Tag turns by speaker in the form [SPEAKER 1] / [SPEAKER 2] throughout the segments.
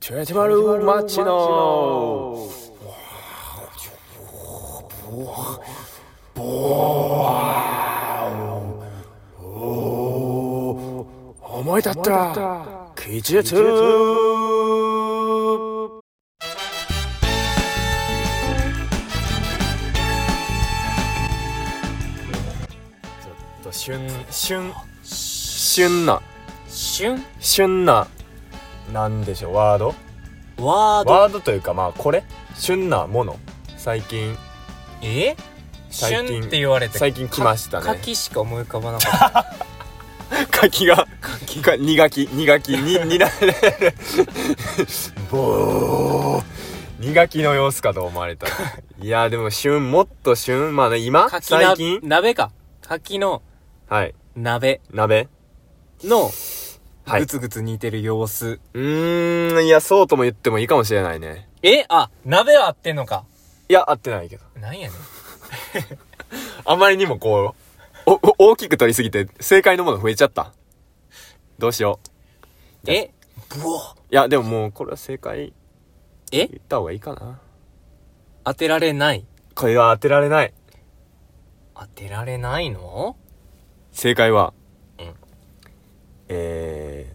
[SPEAKER 1] チェチマルマッチのお前だったらキジツ旬旬旬な
[SPEAKER 2] 旬
[SPEAKER 1] 旬ななんでしょうワード
[SPEAKER 2] ワード
[SPEAKER 1] ワードというかまあこれ旬なもの最近
[SPEAKER 2] え
[SPEAKER 1] 最近
[SPEAKER 2] 旬って言われて
[SPEAKER 1] 最近来ましたね
[SPEAKER 2] か柿しか思い浮かばなかっ
[SPEAKER 1] 柿が柿がにがきにがきににらぼーにがきの様子かと思われたいやでも旬もっと旬まあね今
[SPEAKER 2] た柿な
[SPEAKER 1] 最近
[SPEAKER 2] 鍋か柿の
[SPEAKER 1] はい
[SPEAKER 2] 鍋
[SPEAKER 1] 鍋
[SPEAKER 2] の
[SPEAKER 1] はい
[SPEAKER 2] ぐつぐつ煮てる様子、
[SPEAKER 1] うーんいやそうとも言ってもいいかもしれないね
[SPEAKER 2] えあ鍋は合ってんのか
[SPEAKER 1] いや合ってないけど
[SPEAKER 2] なんやねん
[SPEAKER 1] あまりにもこうおお大きく取りすぎて正解のもの増えちゃったどうしよう
[SPEAKER 2] えブオ
[SPEAKER 1] いやでももうこれは正解言
[SPEAKER 2] え
[SPEAKER 1] った方がいいかな
[SPEAKER 2] 当てられない
[SPEAKER 1] これは当てられない
[SPEAKER 2] 当てられないの
[SPEAKER 1] 正解は、
[SPEAKER 2] うん
[SPEAKER 1] え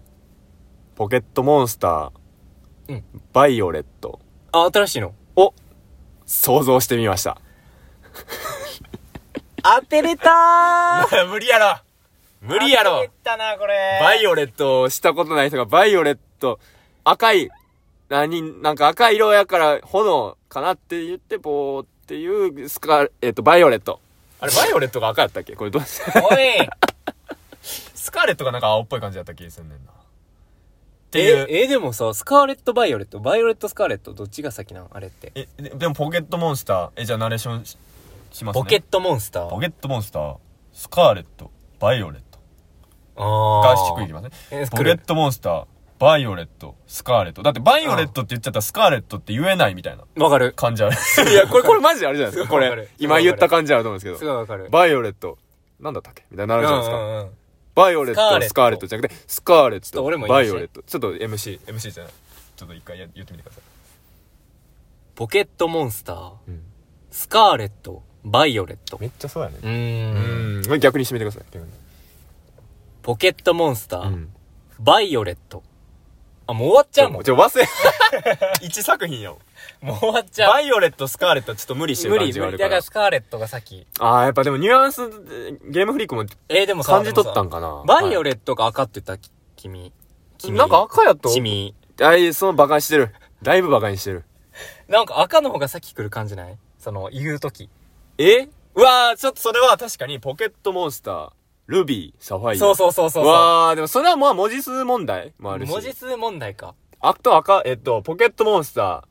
[SPEAKER 1] ー、ポケットモンスター、
[SPEAKER 2] うん
[SPEAKER 1] バイオレット
[SPEAKER 2] あ新しいの
[SPEAKER 1] を想像してみました。
[SPEAKER 2] 当てれた
[SPEAKER 1] 無理やろ 無理や
[SPEAKER 2] 当
[SPEAKER 1] ろ
[SPEAKER 2] てたなこれ
[SPEAKER 1] バイオレットをしたことない人がバイオレット、赤い、何、なんか赤い色やから炎かなって言って、ぼーっていう、スカ、えっ、と、バイオレット。あれ、バイオレットが赤やったっけこれどうし
[SPEAKER 2] おい
[SPEAKER 1] スカーレットがなんか青っぽい感じだった気がすんねんな。っ
[SPEAKER 2] え、え、でもさ、スカーレット・バイオレット、バイオレット・スカーレット、どっちが先なんあれって。
[SPEAKER 1] えででもポケットモンスターえじゃあナレーションししますね
[SPEAKER 2] ポケットモンスター。
[SPEAKER 1] ポケットモンスタースカーレットバイオレットが
[SPEAKER 2] あー。
[SPEAKER 1] しっくりきますね
[SPEAKER 2] え
[SPEAKER 1] ポケットモンスターバイオレットスカーレットだってバイオレットって言っちゃったらスカーレットって言えないみたいな
[SPEAKER 2] わかる。
[SPEAKER 1] 感じある いやこれこれマジあるじゃないですか
[SPEAKER 2] す
[SPEAKER 1] こ
[SPEAKER 2] ごいわかる
[SPEAKER 1] れ今言った感じあると思うんですすけ
[SPEAKER 2] ごい
[SPEAKER 1] ど
[SPEAKER 2] わかる。
[SPEAKER 1] バイオレットなんだったっけみたいになるじゃないです
[SPEAKER 2] うん
[SPEAKER 1] か
[SPEAKER 2] うんうん
[SPEAKER 1] バイオレ
[SPEAKER 2] スカ
[SPEAKER 1] ッ
[SPEAKER 2] ーレッ
[SPEAKER 1] ト
[SPEAKER 2] ト
[SPEAKER 1] スカーレットじゃなくてスカーレッ
[SPEAKER 2] ちょっと俺も
[SPEAKER 1] ト
[SPEAKER 2] 言い
[SPEAKER 1] バイ
[SPEAKER 2] ますね
[SPEAKER 1] オレットちょっと MC MC じゃないちょっと一回や言ってみてください
[SPEAKER 2] ポケットモンスター、
[SPEAKER 1] うん
[SPEAKER 2] スカーレット、バイオレット。
[SPEAKER 1] めっちゃそうやね
[SPEAKER 2] う
[SPEAKER 1] う
[SPEAKER 2] ーん。
[SPEAKER 1] ん逆にしてみてください逆に
[SPEAKER 2] ポケットモンスター、
[SPEAKER 1] うん
[SPEAKER 2] バイオレット。あ、もう終わっちゃうもん。
[SPEAKER 1] ちょ、忘れ。 一作品よ。
[SPEAKER 2] もう終わっちゃう。
[SPEAKER 1] バイオレット、スカーレットはちょっと無理して
[SPEAKER 2] 無
[SPEAKER 1] る
[SPEAKER 2] 理
[SPEAKER 1] 感じが
[SPEAKER 2] 無
[SPEAKER 1] あ
[SPEAKER 2] 理。
[SPEAKER 1] る
[SPEAKER 2] だ
[SPEAKER 1] か
[SPEAKER 2] からら。スカーレットが先。
[SPEAKER 1] ああ、やっぱでもニュアンス、ゲームフリークも
[SPEAKER 2] えー、でもさ、
[SPEAKER 1] 感じ取ったん
[SPEAKER 2] で
[SPEAKER 1] かな
[SPEAKER 2] もさバイオ
[SPEAKER 1] レ
[SPEAKER 2] レットが赤って言った、き君。君。
[SPEAKER 1] なんか赤やと
[SPEAKER 2] 君。
[SPEAKER 1] あいそのバカにしてる。だいぶバカにしてる。
[SPEAKER 2] なんか赤の方が先来る感じないその、言うとき。
[SPEAKER 1] えうわー、ちょっとそれは確かにポケットモンスター、ルビー、サファイア。
[SPEAKER 2] そうそうそうそうそう。
[SPEAKER 1] わー、でもそれはまあ文字数問題もあるし。
[SPEAKER 2] 文字数問題か。
[SPEAKER 1] あと赤、えっと、ポケットモンスター、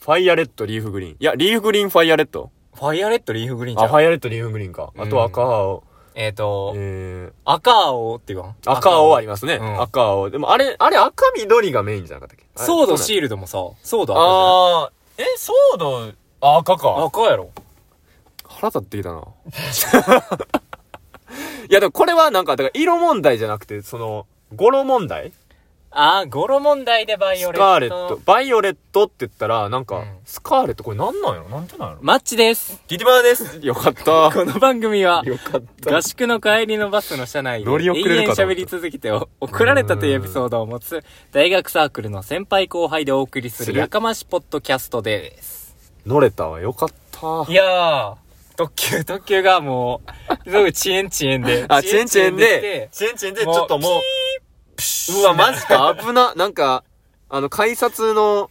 [SPEAKER 1] ファイアレッド、リーフグリーン。いや、リーフグリーン、ファイアレッド。
[SPEAKER 2] ファイアレッドリーフグリーンじ
[SPEAKER 1] あ、
[SPEAKER 2] ゃ
[SPEAKER 1] フ
[SPEAKER 2] ん。
[SPEAKER 1] ァイアレッド、リーフグリーンか。あと赤青、
[SPEAKER 2] えっ、と、
[SPEAKER 1] えー、
[SPEAKER 2] 赤青って言わん
[SPEAKER 1] 赤青あり
[SPEAKER 2] ま
[SPEAKER 1] ますね。
[SPEAKER 2] うん
[SPEAKER 1] 赤青。でもあれ、あれ赤緑がメインじゃなかったっけあれ
[SPEAKER 2] ソード
[SPEAKER 1] そう
[SPEAKER 2] シールドもさ、ソード
[SPEAKER 1] なん
[SPEAKER 2] 赤
[SPEAKER 1] あー、え、ソード、あ赤
[SPEAKER 2] じゃん。
[SPEAKER 1] か。
[SPEAKER 2] 赤やろ。
[SPEAKER 1] 腹立ってきたな。 いやでもこれはなんか、だから色問題じゃなくて、その、語呂問題
[SPEAKER 2] あー、語呂問題でバイ
[SPEAKER 1] ス
[SPEAKER 2] オレット。
[SPEAKER 1] カーレット。。バイオレットって言ったら、なん
[SPEAKER 2] う
[SPEAKER 1] か
[SPEAKER 2] ん、
[SPEAKER 1] スカーレットこれなんなんやろなんてなんやろ
[SPEAKER 2] マッチです。
[SPEAKER 1] ギティバーです。 よかった。
[SPEAKER 2] この番組は、
[SPEAKER 1] よかった。
[SPEAKER 2] 合宿の帰りのバスの車内で
[SPEAKER 1] 乗り
[SPEAKER 2] 永
[SPEAKER 1] 遅れる
[SPEAKER 2] 遠
[SPEAKER 1] かと思った
[SPEAKER 2] 喋り続けてお怒られたというエピソードを持つ大学サークルの先輩後輩でお送りす
[SPEAKER 1] す
[SPEAKER 2] る
[SPEAKER 1] る
[SPEAKER 2] やかましポッドキャストです。
[SPEAKER 1] 乗れたわ。よかった。
[SPEAKER 2] いやー、特急、特急がもう、すごい遅延遅延で。
[SPEAKER 1] あ、チェンチェン
[SPEAKER 2] 来て
[SPEAKER 1] で、チェンチェンで、ち
[SPEAKER 2] もう
[SPEAKER 1] ょっともう、うわ、マジか、危な。なんか、あの、改札の、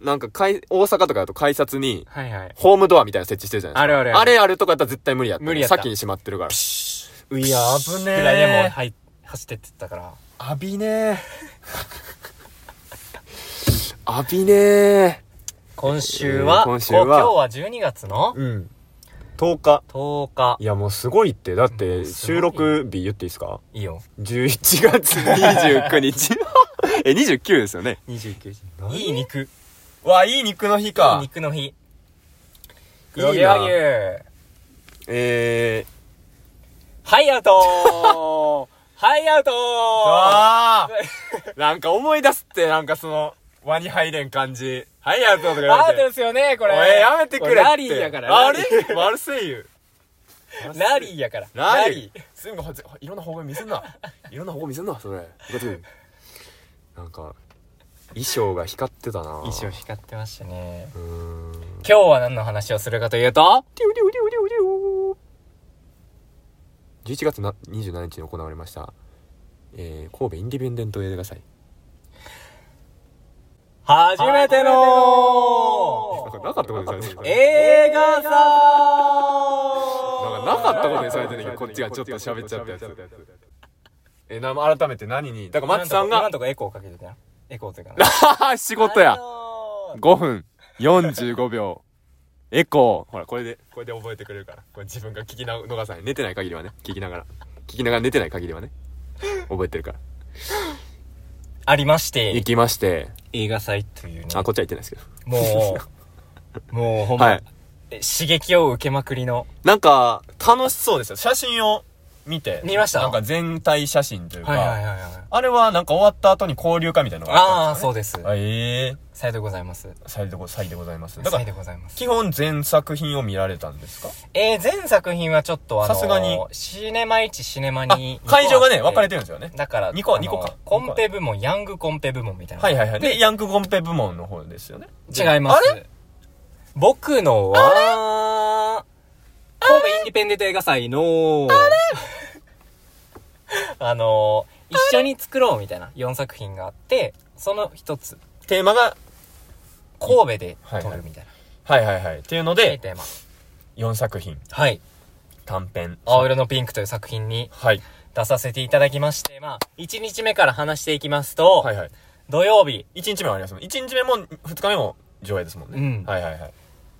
[SPEAKER 1] なんか、改大阪とかだと改札に、
[SPEAKER 2] はいはい。
[SPEAKER 1] ホームドアみたいなの設置してるじゃないですか。
[SPEAKER 2] あるあるあ
[SPEAKER 1] あ
[SPEAKER 2] る
[SPEAKER 1] れあるとかだったら絶対無理やった。
[SPEAKER 2] 無理やった
[SPEAKER 1] 先に閉まってるから。
[SPEAKER 2] いや、
[SPEAKER 1] 危ねえ
[SPEAKER 2] ぐらいでもうはい、走ってってったから。
[SPEAKER 1] あびねえ。あびねえ。
[SPEAKER 2] 今週は、
[SPEAKER 1] えー今週は
[SPEAKER 2] お今日は12月の
[SPEAKER 1] うん。10日。
[SPEAKER 2] 10日
[SPEAKER 1] い。や、もうすごいって。だっ
[SPEAKER 2] う
[SPEAKER 1] て、
[SPEAKER 2] んすごい
[SPEAKER 1] 収録日言っていいですか
[SPEAKER 2] いいよ。
[SPEAKER 1] ?11 月29日。 え、29ですよね。
[SPEAKER 2] 29
[SPEAKER 1] 何
[SPEAKER 2] 時。いい肉。いい
[SPEAKER 1] わ、いい肉の日
[SPEAKER 2] 肉の日。
[SPEAKER 1] いいな
[SPEAKER 2] 黒毛和牛。
[SPEAKER 1] えー。
[SPEAKER 2] はい、ア ウトーはい、アウトー
[SPEAKER 1] あーなんか思い出すって、なんかその、輪に入れん感じ。はい、アウトとか言
[SPEAKER 2] ア
[SPEAKER 1] わ
[SPEAKER 2] ート
[SPEAKER 1] れ
[SPEAKER 2] で
[SPEAKER 1] て。
[SPEAKER 2] すよね、こ
[SPEAKER 1] お
[SPEAKER 2] れ。
[SPEAKER 1] い、やめてくれ
[SPEAKER 2] こ
[SPEAKER 1] って。
[SPEAKER 2] ラリーやから。
[SPEAKER 1] あ
[SPEAKER 2] ラ
[SPEAKER 1] れ
[SPEAKER 2] リー
[SPEAKER 1] マルセイユ。
[SPEAKER 2] ラリーやから。
[SPEAKER 1] ラリー。すんごい、いろんな方向見せんな。いろんな方向見せんな、それ。なんか、衣装が光ってたな
[SPEAKER 2] 衣装光ってましたね。
[SPEAKER 1] うーん。
[SPEAKER 2] 今日は何の話をするかというと、
[SPEAKER 1] 11月な27日に行われました、えー神戸インディペンデント映画祭
[SPEAKER 2] 初めて
[SPEAKER 1] なんか
[SPEAKER 2] の
[SPEAKER 1] なかったことにされてる
[SPEAKER 2] 映画
[SPEAKER 1] な
[SPEAKER 2] 祭
[SPEAKER 1] んかなかったことにされてるけどこっちがちょっと喋っちゃったやつえな改めて何にだからマッチさん
[SPEAKER 2] なん
[SPEAKER 1] が
[SPEAKER 2] とかエコーかけてたよ。エコーというかな。
[SPEAKER 1] 仕事や
[SPEAKER 2] あのー
[SPEAKER 1] 5分45秒エコーほらこれでこれで覚えてくれるからこれ自分が聞きな逃さない寝てない限りはね聞きながら聞きながら寝てない限りはね覚えてるから
[SPEAKER 2] ありまして
[SPEAKER 1] 行、きまして
[SPEAKER 2] 映画祭というね。
[SPEAKER 1] あこっちは行ってないですけど
[SPEAKER 2] も う、もうほん
[SPEAKER 1] は
[SPEAKER 2] ま
[SPEAKER 1] い、
[SPEAKER 2] え刺激を受けまくりの。
[SPEAKER 1] なんか、楽しそうでした。写真を見て。
[SPEAKER 2] 見ました
[SPEAKER 1] なんか全体写真というか。
[SPEAKER 2] はいはい。
[SPEAKER 1] あれはなんか終わった後に交流会みたいなのが
[SPEAKER 2] あ
[SPEAKER 1] あ
[SPEAKER 2] あ、
[SPEAKER 1] ったん
[SPEAKER 2] そう
[SPEAKER 1] で
[SPEAKER 2] で
[SPEAKER 1] す。
[SPEAKER 2] す
[SPEAKER 1] かね。あ、ええ
[SPEAKER 2] さようでございます。
[SPEAKER 1] ー。さいでご、さいでございます。だ
[SPEAKER 2] さ
[SPEAKER 1] か
[SPEAKER 2] よう
[SPEAKER 1] ら
[SPEAKER 2] で、ございます。
[SPEAKER 1] 基本全作品を見られたんですか
[SPEAKER 2] えー、全作品はちょっとあのー、
[SPEAKER 1] さすがに
[SPEAKER 2] シネマ1、シネマ
[SPEAKER 1] あ
[SPEAKER 2] 2。、
[SPEAKER 1] 会場がね、分かれて
[SPEAKER 2] て
[SPEAKER 1] るんですよね。
[SPEAKER 2] だから、
[SPEAKER 1] 二個
[SPEAKER 2] あのー
[SPEAKER 1] 二個か
[SPEAKER 2] コンペ部門、ヤングコンペ部門みたいな。
[SPEAKER 1] はいはいはい。で、ヤングコンペ部門の方ですよね。
[SPEAKER 2] 違います。
[SPEAKER 1] あれ
[SPEAKER 2] 僕のは、神戸インディペンデント映画祭の、 あのー、一緒に作ろうみたいな4作品があって、その一つ、
[SPEAKER 1] テーマが、
[SPEAKER 2] 神戸で
[SPEAKER 1] はい
[SPEAKER 2] 撮るみたい
[SPEAKER 1] はいはいはい。っていうの
[SPEAKER 2] な。はい、
[SPEAKER 1] で、
[SPEAKER 2] テーマ。
[SPEAKER 1] 4作品、
[SPEAKER 2] はい。
[SPEAKER 1] 短編。
[SPEAKER 2] 青色のピンクという作品に
[SPEAKER 1] はい。
[SPEAKER 2] 出させていただきまして、まあ、1日目から話していきますと、
[SPEAKER 1] はいはい。
[SPEAKER 2] 土曜日、
[SPEAKER 1] 1日目はありますもん。1日目も2日目も上映ですもんね。
[SPEAKER 2] うん
[SPEAKER 1] はいはいはい。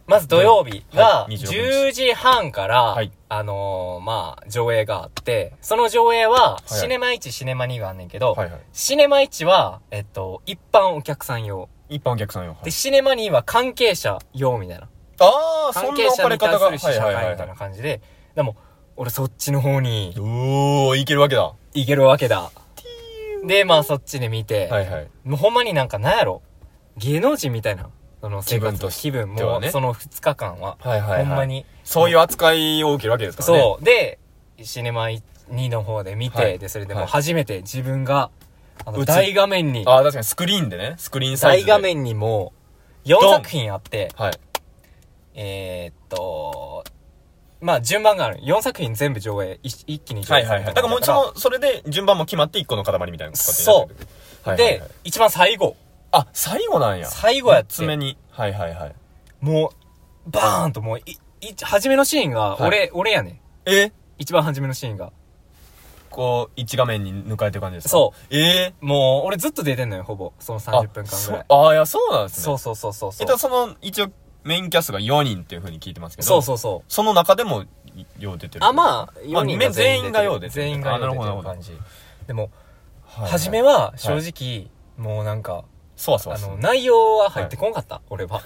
[SPEAKER 2] まず土曜日が
[SPEAKER 1] はい
[SPEAKER 2] 10時半から、
[SPEAKER 1] はい
[SPEAKER 2] あのーまあ、上映があって、その上映は、
[SPEAKER 1] いはい
[SPEAKER 2] シネマ1、シネマ2があんねんけど、
[SPEAKER 1] はいはい。
[SPEAKER 2] シネマ1は、えっと、一般お客さん用。
[SPEAKER 1] 一般お客さん用。はい
[SPEAKER 2] で、シネマ2は関係者用みたいな。
[SPEAKER 1] ああ、そ
[SPEAKER 2] 関
[SPEAKER 1] んな
[SPEAKER 2] 係
[SPEAKER 1] 置
[SPEAKER 2] 者
[SPEAKER 1] か
[SPEAKER 2] に
[SPEAKER 1] れ
[SPEAKER 2] 対
[SPEAKER 1] 方
[SPEAKER 2] す
[SPEAKER 1] が。
[SPEAKER 2] る試写会みたいな感じで、でも、俺そっちの方に
[SPEAKER 1] おー、いけるわけだ。は
[SPEAKER 2] 行けるわけだ。で、まあそっちで見て、
[SPEAKER 1] いはい。
[SPEAKER 2] もうほんまになんかなんやろ芸能人みたいな、その生活
[SPEAKER 1] 気分と
[SPEAKER 2] 気
[SPEAKER 1] し
[SPEAKER 2] 分、
[SPEAKER 1] で
[SPEAKER 2] も
[SPEAKER 1] は
[SPEAKER 2] う
[SPEAKER 1] ね
[SPEAKER 2] その2日間は、
[SPEAKER 1] はいはい、はい。
[SPEAKER 2] ほんま。に
[SPEAKER 1] そういう扱いを受けるわけですからね。
[SPEAKER 2] そう。で、シネマ2の方で見て、
[SPEAKER 1] はい
[SPEAKER 2] で、それでもう
[SPEAKER 1] はい
[SPEAKER 2] 初めて自分が、あの
[SPEAKER 1] 映っ
[SPEAKER 2] 大画面に、
[SPEAKER 1] ああ、確かにスクリーンでね。スクリーンサイ
[SPEAKER 2] 大
[SPEAKER 1] ズで。
[SPEAKER 2] 画。面にもう、4
[SPEAKER 1] ドン
[SPEAKER 2] 作品あって、
[SPEAKER 1] はい。
[SPEAKER 2] えー、っと、まあ順番がある。4作品全部上映、い一気に上
[SPEAKER 1] は
[SPEAKER 2] 映
[SPEAKER 1] いはいはい。だからもうち
[SPEAKER 2] ちろ
[SPEAKER 1] ろん、それで順番も決まって一個の塊みたいなことになってる
[SPEAKER 2] ん
[SPEAKER 1] はいはい
[SPEAKER 2] で
[SPEAKER 1] はい、、
[SPEAKER 2] 一番最後、
[SPEAKER 1] あ、最後なんや。
[SPEAKER 2] 最後や
[SPEAKER 1] 四
[SPEAKER 2] っ
[SPEAKER 1] つ目
[SPEAKER 2] て、
[SPEAKER 1] に。はいはいはい。
[SPEAKER 2] もう、バーンともう、い、い、初めのシーンが、
[SPEAKER 1] はい
[SPEAKER 2] 俺、俺やね。
[SPEAKER 1] え
[SPEAKER 2] 一番初めのシーンが。
[SPEAKER 1] こう、一画面に抜かれてる感じですか。
[SPEAKER 2] そう
[SPEAKER 1] え
[SPEAKER 2] もう、俺ずっと出てんのよ、ほぼ。その
[SPEAKER 1] ー、あ
[SPEAKER 2] 30分間ぐらい。
[SPEAKER 1] そあー、いや、そうなんですね。
[SPEAKER 2] そうそうそうそうそ
[SPEAKER 1] え
[SPEAKER 2] う
[SPEAKER 1] っ。と、その、一応、メインキャストが4人っていう風に聞いてますけど。
[SPEAKER 2] そうそうそう。
[SPEAKER 1] その中でも、よう出てる。
[SPEAKER 2] あ、まあ、
[SPEAKER 1] まあ
[SPEAKER 2] 4人が
[SPEAKER 1] 全員がようで
[SPEAKER 2] 出て
[SPEAKER 1] す
[SPEAKER 2] る
[SPEAKER 1] ね
[SPEAKER 2] 全員がよう出て
[SPEAKER 1] あなるほ
[SPEAKER 2] る
[SPEAKER 1] どなる
[SPEAKER 2] 感
[SPEAKER 1] ほ
[SPEAKER 2] じ。でも、
[SPEAKER 1] あ
[SPEAKER 2] 初めは正直、もうなんか、
[SPEAKER 1] そわそわ
[SPEAKER 2] あ
[SPEAKER 1] する
[SPEAKER 2] の、内容は入ってこんかった、俺は。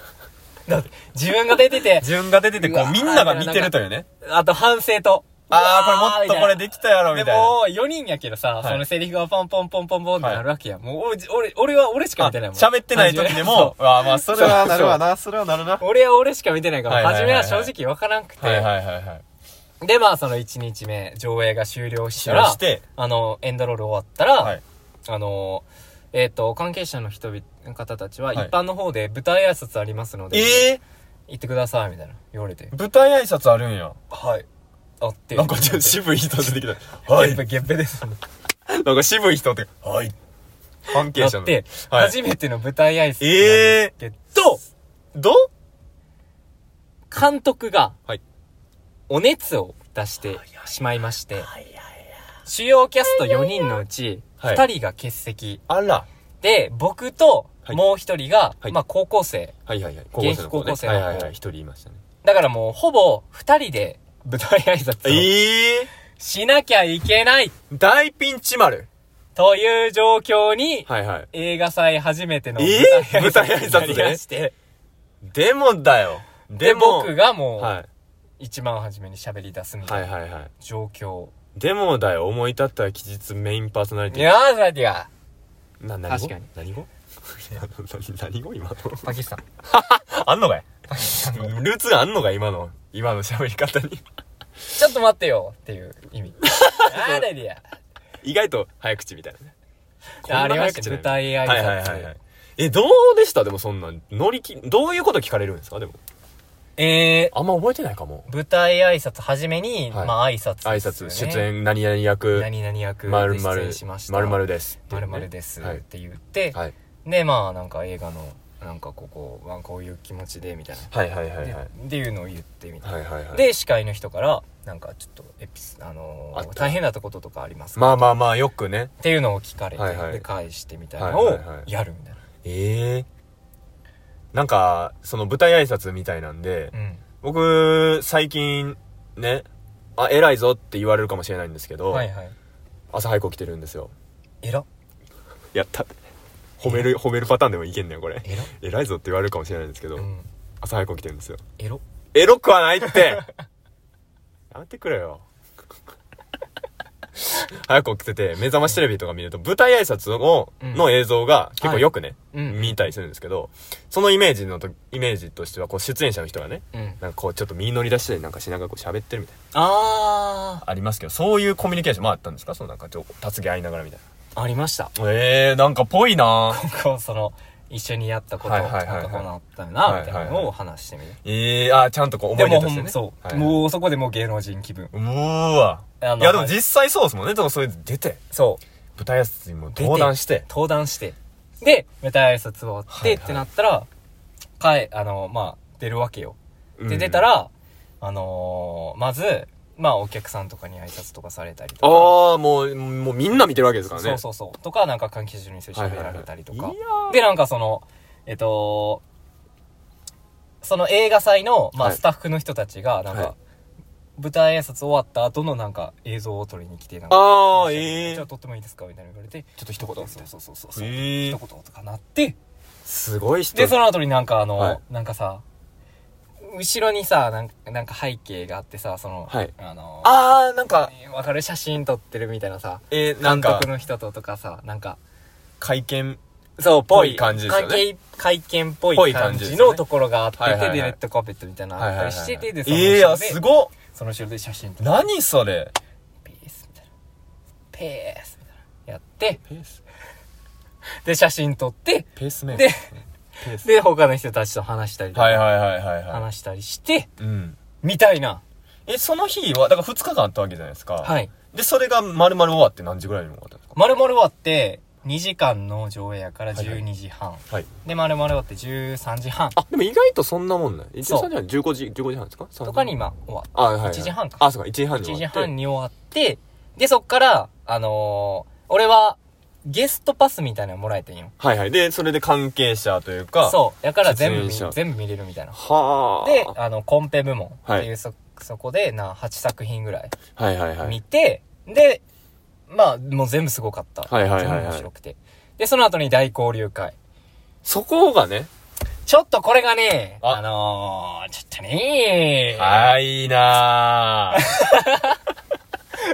[SPEAKER 2] だって、自分が出 てて、
[SPEAKER 1] 自分が出てて、
[SPEAKER 2] う
[SPEAKER 1] こ
[SPEAKER 2] わー
[SPEAKER 1] う、みんなが見てるというね。
[SPEAKER 2] あと反省と。
[SPEAKER 1] あー、これもっとこれ
[SPEAKER 2] で
[SPEAKER 1] できたやろ、
[SPEAKER 2] で
[SPEAKER 1] みたいな。
[SPEAKER 2] も、4人やけどさ、
[SPEAKER 1] い
[SPEAKER 2] そのセリフがポンポンポンポンポンってなるわけや。もう、俺、俺は俺しか
[SPEAKER 1] あ
[SPEAKER 2] 見てないもん。
[SPEAKER 1] 喋ってない時でも、あまあ、それはなるわな、それはなるな。は
[SPEAKER 2] 俺は俺しか見てないか
[SPEAKER 1] はい
[SPEAKER 2] ら、
[SPEAKER 1] はいは
[SPEAKER 2] 初
[SPEAKER 1] い
[SPEAKER 2] め
[SPEAKER 1] はい
[SPEAKER 2] は正直わからんく
[SPEAKER 1] い
[SPEAKER 2] て。
[SPEAKER 1] はいはいはい。
[SPEAKER 2] で、まあ、その1日目、上映が終了した
[SPEAKER 1] そ
[SPEAKER 2] ら
[SPEAKER 1] し、て、
[SPEAKER 2] あの、エンドロール終わったら、
[SPEAKER 1] はい
[SPEAKER 2] あの、えっ、と、関係者の人々、方たちは、一
[SPEAKER 1] はい
[SPEAKER 2] 般の方で舞台挨拶ありますので、
[SPEAKER 1] え
[SPEAKER 2] 行ってください、みたいな、言われて
[SPEAKER 1] ー。舞台挨拶あるんや。
[SPEAKER 2] はい。あって。
[SPEAKER 1] なんかちょっと渋い人出てきた。 はい
[SPEAKER 2] ゲッ。ペ、ゲッペです。
[SPEAKER 1] なんか渋い人って、はい。関係者
[SPEAKER 2] だ
[SPEAKER 1] の。
[SPEAKER 2] って、
[SPEAKER 1] はい
[SPEAKER 2] 初めての舞台挨拶なんです
[SPEAKER 1] え
[SPEAKER 2] けど、
[SPEAKER 1] ど
[SPEAKER 2] 監督が、
[SPEAKER 1] はい
[SPEAKER 2] お熱を出してしまいまして、主要キャスト4人のうち、
[SPEAKER 1] はい
[SPEAKER 2] 2人が欠席。
[SPEAKER 1] あら。
[SPEAKER 2] で、僕と、
[SPEAKER 1] はい
[SPEAKER 2] もう1人が、
[SPEAKER 1] はい
[SPEAKER 2] まあ、高校生。
[SPEAKER 1] はいはいはい。
[SPEAKER 2] 現役高校生の
[SPEAKER 1] は
[SPEAKER 2] 子
[SPEAKER 1] いはいはい。一人いましたね。
[SPEAKER 2] だからもう、ほぼ、2人で、舞台挨拶を
[SPEAKER 1] え
[SPEAKER 2] しなきゃいけない、
[SPEAKER 1] ー大ピンチ丸。
[SPEAKER 2] という状況に、
[SPEAKER 1] はいはい。
[SPEAKER 2] 映画祭初めての
[SPEAKER 1] えー
[SPEAKER 2] 舞台挨
[SPEAKER 1] 舞台
[SPEAKER 2] 拶
[SPEAKER 1] 挨拶
[SPEAKER 2] に
[SPEAKER 1] で
[SPEAKER 2] なりまして、
[SPEAKER 1] でもだよ。
[SPEAKER 2] で、
[SPEAKER 1] でも、
[SPEAKER 2] 僕がもう、
[SPEAKER 1] はい。
[SPEAKER 2] 一番初めに喋り出すみた
[SPEAKER 1] はいい
[SPEAKER 2] な
[SPEAKER 1] はいはい。
[SPEAKER 2] 状況。で
[SPEAKER 1] でもだよ、思い立ったら期日メインパーソナリティ。
[SPEAKER 2] やー、それでは、
[SPEAKER 1] な、何語
[SPEAKER 2] 確かに
[SPEAKER 1] 何語何語今の
[SPEAKER 2] パキスタン。
[SPEAKER 1] あんのかい
[SPEAKER 2] パキスタン 語。
[SPEAKER 1] ルーツがあんのかい今の。今の喋り方に。
[SPEAKER 2] ちょっと待ってよっていう意味。あれでや。
[SPEAKER 1] 意外と早口みたいなね。こんな
[SPEAKER 2] ありま
[SPEAKER 1] 早
[SPEAKER 2] し
[SPEAKER 1] 口
[SPEAKER 2] た
[SPEAKER 1] なんや
[SPEAKER 2] 舞台挨拶。
[SPEAKER 1] はいはいはいはい。え、どうでしたでもそんなん。乗り気、どういうこと聞かれるんですかでも。
[SPEAKER 2] え
[SPEAKER 1] あんま覚えてないかも。
[SPEAKER 2] ー、舞台挨拶、はじめに、
[SPEAKER 1] はい
[SPEAKER 2] まあ挨拶
[SPEAKER 1] 挨
[SPEAKER 2] ですよ
[SPEAKER 1] 拶、
[SPEAKER 2] ね。
[SPEAKER 1] 出。演、何々役、
[SPEAKER 2] 何々役
[SPEAKER 1] まる
[SPEAKER 2] で
[SPEAKER 1] ま
[SPEAKER 2] 出
[SPEAKER 1] る
[SPEAKER 2] 演しまし、た。
[SPEAKER 1] まるまるです。
[SPEAKER 2] 〇〇です
[SPEAKER 1] は
[SPEAKER 2] っ
[SPEAKER 1] い。
[SPEAKER 2] て言って、
[SPEAKER 1] はい。
[SPEAKER 2] でまあなんか映画のなんかここはこういう気持ちでみたいな、
[SPEAKER 1] はいはいはい
[SPEAKER 2] で
[SPEAKER 1] はい。
[SPEAKER 2] っていうのを言ってみたいな、
[SPEAKER 1] はいはいはい。、
[SPEAKER 2] で司会の人からなんかちょっとエピスあのー
[SPEAKER 1] あった
[SPEAKER 2] 大変だったこととかありますか、
[SPEAKER 1] まあまあまあ、よくね。
[SPEAKER 2] っていうのを聞かれて、
[SPEAKER 1] はいはい
[SPEAKER 2] で返してみたいなの
[SPEAKER 1] はい
[SPEAKER 2] を
[SPEAKER 1] はいはい
[SPEAKER 2] やるみたいな、
[SPEAKER 1] ええなんか、その舞台挨拶みたいなんで、僕、最近、ね、あ、偉いぞって言われるかもしれないんですけ
[SPEAKER 2] う
[SPEAKER 1] ど、
[SPEAKER 2] んはいはい
[SPEAKER 1] 朝早く起きてるんですよ。
[SPEAKER 2] えら
[SPEAKER 1] やった。褒める、 褒めるパターンでもいけんねん、これ。
[SPEAKER 2] えら
[SPEAKER 1] 偉いぞって言われるかもしれないんですけど、
[SPEAKER 2] うん
[SPEAKER 1] 朝早く起きてるんですよ。
[SPEAKER 2] エロ
[SPEAKER 1] エロくはないって やめてくれよ。 早く起きてて、目覚ましテレビとか見ると、舞台挨拶の,、
[SPEAKER 2] うん
[SPEAKER 1] の映像が結構よくね、
[SPEAKER 2] はいうん
[SPEAKER 1] 見たりするんですけど、そのイメージのと、イメージとしては、こう、出演者の人がね、
[SPEAKER 2] うん
[SPEAKER 1] なんかこう、ちょっと身乗り出したりなんかしながらこう喋ってるみたい
[SPEAKER 2] あ
[SPEAKER 1] な。ありますけど、そういうコミュニケーションもあったんですかそのなんか、ちょ、たつぎ合いながらみたい
[SPEAKER 2] ーありました
[SPEAKER 1] な。ええー、なんかぽいな
[SPEAKER 2] こうその一緒にやったこと
[SPEAKER 1] は
[SPEAKER 2] ないん
[SPEAKER 1] はいはいはい
[SPEAKER 2] かこうなったなみたいなのを話してみる、
[SPEAKER 1] ええー、あー、ちゃんとこう、思い
[SPEAKER 2] で
[SPEAKER 1] 出
[SPEAKER 2] も
[SPEAKER 1] と
[SPEAKER 2] ほ
[SPEAKER 1] して
[SPEAKER 2] ん
[SPEAKER 1] ね。
[SPEAKER 2] そう、
[SPEAKER 1] はい
[SPEAKER 2] もうそこでもう芸能人気分
[SPEAKER 1] うーわ。
[SPEAKER 2] あの
[SPEAKER 1] いや、でも
[SPEAKER 2] はい
[SPEAKER 1] 実際そうですもんね。でもそれ出て。
[SPEAKER 2] そう
[SPEAKER 1] 舞台挨拶にも
[SPEAKER 2] 出て
[SPEAKER 1] 登壇して
[SPEAKER 2] 登壇してで舞台挨拶終わって、
[SPEAKER 1] はいはい
[SPEAKER 2] ってなったら帰あのまあ出るわけよ
[SPEAKER 1] う
[SPEAKER 2] で
[SPEAKER 1] ん
[SPEAKER 2] 出たら、あのーまずまあお客さんとかに挨拶とかされたりとか
[SPEAKER 1] ああもうもうみんな見てるわけですからね
[SPEAKER 2] そうそうそうとかなんか関係者に接してやられたりとか、
[SPEAKER 1] はいはい
[SPEAKER 2] でなんかそのえっとその映画祭の、まあ、
[SPEAKER 1] はい
[SPEAKER 2] スタッフの人たちがなんか、
[SPEAKER 1] はい
[SPEAKER 2] 舞台挨拶終わった後のなんか映像を撮りに来てなんか
[SPEAKER 1] ああ
[SPEAKER 2] じ
[SPEAKER 1] ええ
[SPEAKER 2] ゃあ撮ってもいいですかみたいなの言われて
[SPEAKER 1] ちょっと一言
[SPEAKER 2] そうそうそうそう、
[SPEAKER 1] へえ
[SPEAKER 2] 一言とかなって
[SPEAKER 1] すごい人
[SPEAKER 2] でその後になんかあの、
[SPEAKER 1] はい
[SPEAKER 2] なんかさ後ろにさなんかなんか背景があってさその、
[SPEAKER 1] はい
[SPEAKER 2] あの
[SPEAKER 1] ああなんか
[SPEAKER 2] わかる写真撮ってるみたいなさ
[SPEAKER 1] えー、なん
[SPEAKER 2] 監
[SPEAKER 1] か
[SPEAKER 2] 督の人ととかさなんか
[SPEAKER 1] 会見
[SPEAKER 2] そう
[SPEAKER 1] ぽい感じですよね
[SPEAKER 2] 会見会見っぽ
[SPEAKER 1] ぽい
[SPEAKER 2] い
[SPEAKER 1] 感
[SPEAKER 2] 感
[SPEAKER 1] じです
[SPEAKER 2] じ
[SPEAKER 1] よね
[SPEAKER 2] のところがあってて、
[SPEAKER 1] はいはいはい
[SPEAKER 2] でレッドカーペットみたいなのあったりしてて、でその
[SPEAKER 1] ええ
[SPEAKER 2] 後ろ
[SPEAKER 1] や
[SPEAKER 2] です
[SPEAKER 1] ごっ
[SPEAKER 2] その後ろで写真撮って
[SPEAKER 1] 何それ
[SPEAKER 2] ペースみたいなペースみたいなやって
[SPEAKER 1] ペース
[SPEAKER 2] で写真撮って
[SPEAKER 1] ペースメーカー
[SPEAKER 2] で
[SPEAKER 1] ペース
[SPEAKER 2] で他の人たちと話したりとか、
[SPEAKER 1] はいはいはいはいは
[SPEAKER 2] 話したりして
[SPEAKER 1] いうん
[SPEAKER 2] みたいな
[SPEAKER 1] えその日はだから2日間あったわけじゃないですか
[SPEAKER 2] はいい
[SPEAKER 1] でそれが丸々終わって何時ぐらいに終わったんですか
[SPEAKER 2] 丸々終わって2時間の上映やから
[SPEAKER 1] はいはい
[SPEAKER 2] 12時半、
[SPEAKER 1] はい
[SPEAKER 2] で丸々終わって13時半
[SPEAKER 1] あでも意外とそんなもんない13時
[SPEAKER 2] そう
[SPEAKER 1] 半15時15時半ですか
[SPEAKER 2] とかに今終わっ
[SPEAKER 1] あはいはい
[SPEAKER 2] 1時半か
[SPEAKER 1] あそうか1時半に終
[SPEAKER 2] 1
[SPEAKER 1] わ
[SPEAKER 2] 時
[SPEAKER 1] って
[SPEAKER 2] 半に終わってでそっからあのー俺はゲストパスみたいなのもらえてんよ
[SPEAKER 1] はいはい。で、それで関係者というか。う。
[SPEAKER 2] そうやから全部
[SPEAKER 1] 出
[SPEAKER 2] 見
[SPEAKER 1] 演者
[SPEAKER 2] 全部見れるみたいな
[SPEAKER 1] はあ。
[SPEAKER 2] であのコンペ部門っていう、
[SPEAKER 1] は
[SPEAKER 2] そそこでな8作品ぐらい
[SPEAKER 1] はいはいはい。
[SPEAKER 2] 見て、でまあもう全部すごかった、
[SPEAKER 1] はいはいはいはい
[SPEAKER 2] 全部面白くてでその後に大交流会
[SPEAKER 1] そこがね。
[SPEAKER 2] ちょっとこれがね、
[SPEAKER 1] あ
[SPEAKER 2] あのー、ちょっとね
[SPEAKER 1] はいな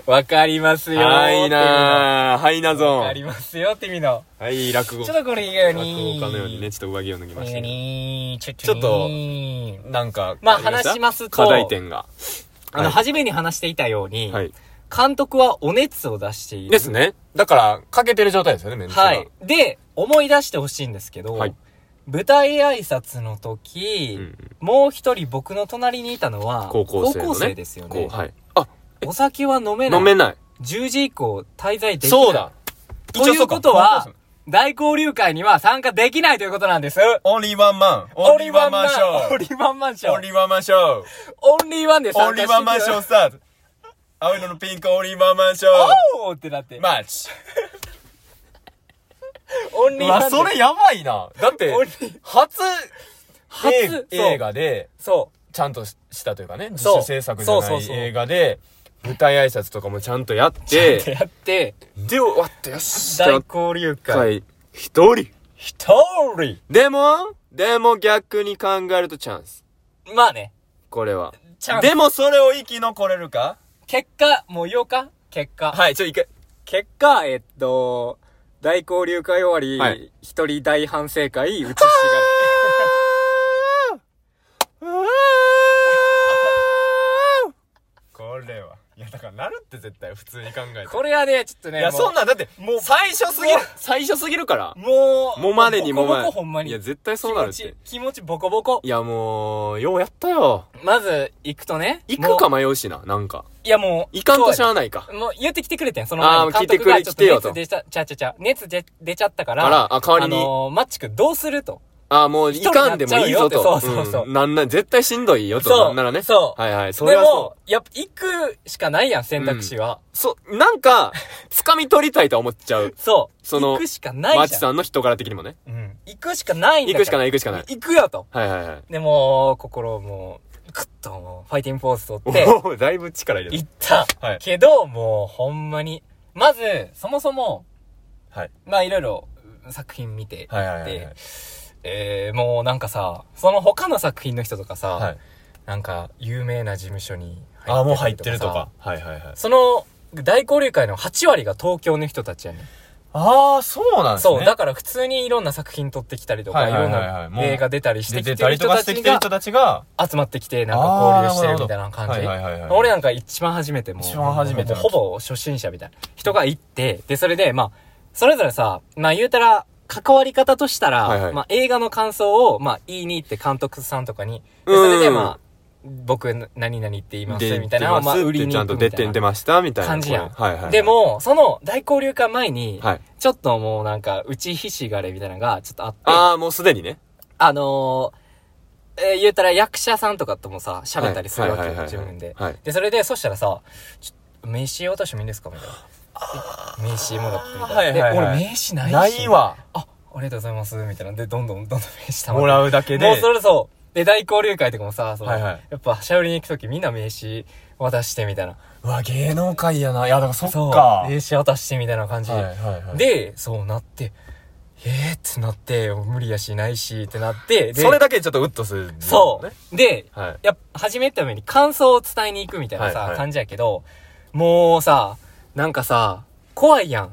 [SPEAKER 2] わかります
[SPEAKER 1] ー。
[SPEAKER 2] よーって
[SPEAKER 1] はいなー。はいな
[SPEAKER 2] 意味の
[SPEAKER 1] ゾ
[SPEAKER 2] わか
[SPEAKER 1] ー
[SPEAKER 2] り
[SPEAKER 1] ン。
[SPEAKER 2] ますよって意味の。
[SPEAKER 1] はい、落語。
[SPEAKER 2] ちょっとこれ以外
[SPEAKER 1] 落
[SPEAKER 2] に。
[SPEAKER 1] 語家のようにね、ちょっと上着を脱ぎま
[SPEAKER 2] これ以
[SPEAKER 1] したけ
[SPEAKER 2] 外に、ちょっと
[SPEAKER 1] ちょっと
[SPEAKER 2] ね
[SPEAKER 1] ど。なんか、
[SPEAKER 2] まあ
[SPEAKER 1] りした
[SPEAKER 2] 話しますと
[SPEAKER 1] 課題点が。
[SPEAKER 2] あの、
[SPEAKER 1] は
[SPEAKER 2] 初めに話していたように、
[SPEAKER 1] い。はい。
[SPEAKER 2] 監督はお熱を出している。
[SPEAKER 1] ですね。だから、かけてる状態ですよね、メンツが。
[SPEAKER 2] はい。で、思い出してほしいんですけど、
[SPEAKER 1] はい
[SPEAKER 2] 舞台挨拶の
[SPEAKER 1] う
[SPEAKER 2] 時、
[SPEAKER 1] んうん。
[SPEAKER 2] もう一人僕の隣にいたのは、
[SPEAKER 1] 高校生のね。
[SPEAKER 2] ですよ
[SPEAKER 1] こ
[SPEAKER 2] ね
[SPEAKER 1] う。はい。あ、
[SPEAKER 2] お酒は飲めない。
[SPEAKER 1] 飲めない。
[SPEAKER 2] 10時以降滞在できない。
[SPEAKER 1] そうだ。
[SPEAKER 2] ということ
[SPEAKER 1] 一応そ
[SPEAKER 2] は
[SPEAKER 1] うか、
[SPEAKER 2] 大交流会には参加できないということなんです。
[SPEAKER 1] オンリーワンマン。
[SPEAKER 2] オンリーワンマン
[SPEAKER 1] ショー。
[SPEAKER 2] オンリーワンマンショ
[SPEAKER 1] オン
[SPEAKER 2] ー
[SPEAKER 1] リ。ーワンマンショー。
[SPEAKER 2] オンリーワンで参
[SPEAKER 1] オ
[SPEAKER 2] 加
[SPEAKER 1] ン
[SPEAKER 2] して
[SPEAKER 1] リバーマンションスタート青色のピンクオンリバーマンション
[SPEAKER 2] おーってなって。
[SPEAKER 1] マッチ
[SPEAKER 2] オンリーワンで。
[SPEAKER 1] やばいなだって
[SPEAKER 2] オンリー
[SPEAKER 1] 初
[SPEAKER 2] 初
[SPEAKER 1] 映
[SPEAKER 2] そう
[SPEAKER 1] 映画で
[SPEAKER 2] そ
[SPEAKER 1] ちゃんとししたというかね自
[SPEAKER 2] そう
[SPEAKER 1] 主制作じゃな
[SPEAKER 2] そうそう
[SPEAKER 1] い
[SPEAKER 2] そう
[SPEAKER 1] 映画で舞台挨拶とかもちゃんとやっ
[SPEAKER 2] う。ちゃんと
[SPEAKER 1] て
[SPEAKER 2] やって、
[SPEAKER 1] で終わったよし
[SPEAKER 2] 大交流会。
[SPEAKER 1] 回一人
[SPEAKER 2] 一人。
[SPEAKER 1] でもでも逆に考えるとチャンス
[SPEAKER 2] まあね。
[SPEAKER 1] これは
[SPEAKER 2] チャンス
[SPEAKER 1] でもそれを生き残れるか
[SPEAKER 2] 結果、もう言おうか結果。
[SPEAKER 1] はいちょ一回
[SPEAKER 2] 結果、えっと、大交流会終
[SPEAKER 1] は
[SPEAKER 2] わり
[SPEAKER 1] い、
[SPEAKER 2] 一、人大反省会、うちし
[SPEAKER 1] これは。いや、だからなるって絶対普通に考え
[SPEAKER 2] が
[SPEAKER 1] て。
[SPEAKER 2] これはね、ちょっとね、
[SPEAKER 1] いや、
[SPEAKER 2] もう
[SPEAKER 1] そんなん、だって、
[SPEAKER 2] もう
[SPEAKER 1] 最初すぎる。最初すぎるから。
[SPEAKER 2] もう、
[SPEAKER 1] もまでにもま
[SPEAKER 2] ボコボコほんま
[SPEAKER 1] で。
[SPEAKER 2] に。
[SPEAKER 1] いや、絶対そうなるっ
[SPEAKER 2] 気持
[SPEAKER 1] て
[SPEAKER 2] ち。、気持ちボコボコ。
[SPEAKER 1] いや、もう、ようやったよ。
[SPEAKER 2] まず、行くとね。
[SPEAKER 1] 行くか
[SPEAKER 2] も
[SPEAKER 1] 迷うしな、なんか。
[SPEAKER 2] ういやもう。
[SPEAKER 1] 行かんとし
[SPEAKER 2] ゃ
[SPEAKER 1] ゃあないか。
[SPEAKER 2] もう言ってきてくれてん、その
[SPEAKER 1] あー
[SPEAKER 2] 前に監督が
[SPEAKER 1] 聞いてくれ
[SPEAKER 2] ちょっ
[SPEAKER 1] 来てよ
[SPEAKER 2] と
[SPEAKER 1] と
[SPEAKER 2] 熱出ちゃ、ちゃちゃちゃ、熱で出ちゃったか
[SPEAKER 1] あ
[SPEAKER 2] ら、
[SPEAKER 1] ら、あ、代わり
[SPEAKER 2] あ
[SPEAKER 1] に。
[SPEAKER 2] のー、マッチ君どうすると。
[SPEAKER 1] あ、もう、行かんでもいいぞと。
[SPEAKER 2] 一人になっちゃうよってそうそうそうん
[SPEAKER 1] なんなん、絶対しんどいよと。
[SPEAKER 2] そう
[SPEAKER 1] なんならね。
[SPEAKER 2] そう
[SPEAKER 1] はいはい。そ
[SPEAKER 2] で
[SPEAKER 1] れはそ
[SPEAKER 2] も、やっぱ行くしかないやん、選択肢は。。
[SPEAKER 1] う。そう、なんか、掴み取りたいとは思っちゃう
[SPEAKER 2] そう。
[SPEAKER 1] その
[SPEAKER 2] 行くしかないじゃん。
[SPEAKER 1] マチさんの人柄的にもね。
[SPEAKER 2] うん。行くしかないんだ。
[SPEAKER 1] 行くしかないい、行くしかない。
[SPEAKER 2] 行くよと。
[SPEAKER 1] はいはいはい。
[SPEAKER 2] で、もう、心をもう、クッともう、ファイティングポーズ取って、
[SPEAKER 1] おーだいぶ力入れ
[SPEAKER 2] 行
[SPEAKER 1] る。
[SPEAKER 2] った。
[SPEAKER 1] はい
[SPEAKER 2] けど、もう、ほんまに。まず、そもそも、
[SPEAKER 1] はい。
[SPEAKER 2] まあ、いろいろ、作品見て、
[SPEAKER 1] はいはい
[SPEAKER 2] い
[SPEAKER 1] は
[SPEAKER 2] はいい
[SPEAKER 1] は
[SPEAKER 2] はいい。えー、もうなんかさ、その他の作品の人とかさ、
[SPEAKER 1] はい。
[SPEAKER 2] なんか、有名な事務所に入って
[SPEAKER 1] あ、もう入ってると
[SPEAKER 2] さ
[SPEAKER 1] か。。はいはいはい。
[SPEAKER 2] その、大交流会の8割が東京の人たちやねん
[SPEAKER 1] ああ、そうなんですね。
[SPEAKER 2] そう、だから普通にいろんな作品撮ってきたりとか、
[SPEAKER 1] はいいはい
[SPEAKER 2] ろん
[SPEAKER 1] はいはい
[SPEAKER 2] な映画出たりして
[SPEAKER 1] で、
[SPEAKER 2] きて
[SPEAKER 1] 出た
[SPEAKER 2] る
[SPEAKER 1] りと
[SPEAKER 2] 人
[SPEAKER 1] か
[SPEAKER 2] た
[SPEAKER 1] して
[SPEAKER 2] ち
[SPEAKER 1] きてる
[SPEAKER 2] が
[SPEAKER 1] 人たちが、
[SPEAKER 2] 集まってきて、なんか交流して
[SPEAKER 1] あ
[SPEAKER 2] る
[SPEAKER 1] ー
[SPEAKER 2] みたいな感じ。
[SPEAKER 1] なるほどはいはいはいはい
[SPEAKER 2] 俺なんか一番初めてもう、
[SPEAKER 1] 一番初めて
[SPEAKER 2] もうほぼ初心者みたいな人が行って、で、それで、まあ、それぞれさ、まあ言うたら、関わり方としたら、
[SPEAKER 1] はいはい
[SPEAKER 2] まあ映画の感想を、まあ言いに行って監督さんとかに、で、
[SPEAKER 1] うん
[SPEAKER 2] それでまあ、僕何々って言います
[SPEAKER 1] で
[SPEAKER 2] みたいなのを、まあ
[SPEAKER 1] 出てます
[SPEAKER 2] 売りに
[SPEAKER 1] ちゃ
[SPEAKER 2] 行
[SPEAKER 1] んと
[SPEAKER 2] く
[SPEAKER 1] 出
[SPEAKER 2] みた
[SPEAKER 1] て
[SPEAKER 2] い
[SPEAKER 1] ん出
[SPEAKER 2] な
[SPEAKER 1] ましたみたいな。
[SPEAKER 2] 感じやん。
[SPEAKER 1] はいはいはい。
[SPEAKER 2] で、も、その大交流会前に、
[SPEAKER 1] はい。
[SPEAKER 2] ちょっともうなんか、うちひしがれみたいなのが、ちょっとあって、あ
[SPEAKER 1] ああ、もうすでにね。
[SPEAKER 2] のー、えー言うたら役者さんとかともさ、喋ったりするわけよ、自分で。
[SPEAKER 1] はい。
[SPEAKER 2] で、それで、そしたらさ、ちょ名刺私もいいんですかみたいな。名刺もらってみたいな。
[SPEAKER 1] はいはいはい
[SPEAKER 2] で、俺名刺ないし。
[SPEAKER 1] ない。わ。
[SPEAKER 2] あ、ありがとうございます。みたいな。で、どんどんどんどん名刺た
[SPEAKER 1] もら
[SPEAKER 2] う
[SPEAKER 1] うだけで。
[SPEAKER 2] もうそれそう。で、大交流会とかもさ、その
[SPEAKER 1] はいはい
[SPEAKER 2] やっぱ、しゃべりに行くときみんな名刺渡してみたいな。
[SPEAKER 1] うわ、芸能界やな。いや、だからそっ
[SPEAKER 2] そう。
[SPEAKER 1] か。
[SPEAKER 2] 名刺渡してみたいな感じで。
[SPEAKER 1] はいはいはい。
[SPEAKER 2] で、そうなって、えーってなって、無理やしないしってなって、で
[SPEAKER 1] それだけでちょっとウッとする、
[SPEAKER 2] そう、
[SPEAKER 1] ね。
[SPEAKER 2] で、
[SPEAKER 1] はい。
[SPEAKER 2] やっぱ始めために感想を伝えに行くみたいなさ、
[SPEAKER 1] はいはい
[SPEAKER 2] 感じやけど、もうさ、なんかさ、怖いやん。
[SPEAKER 1] いや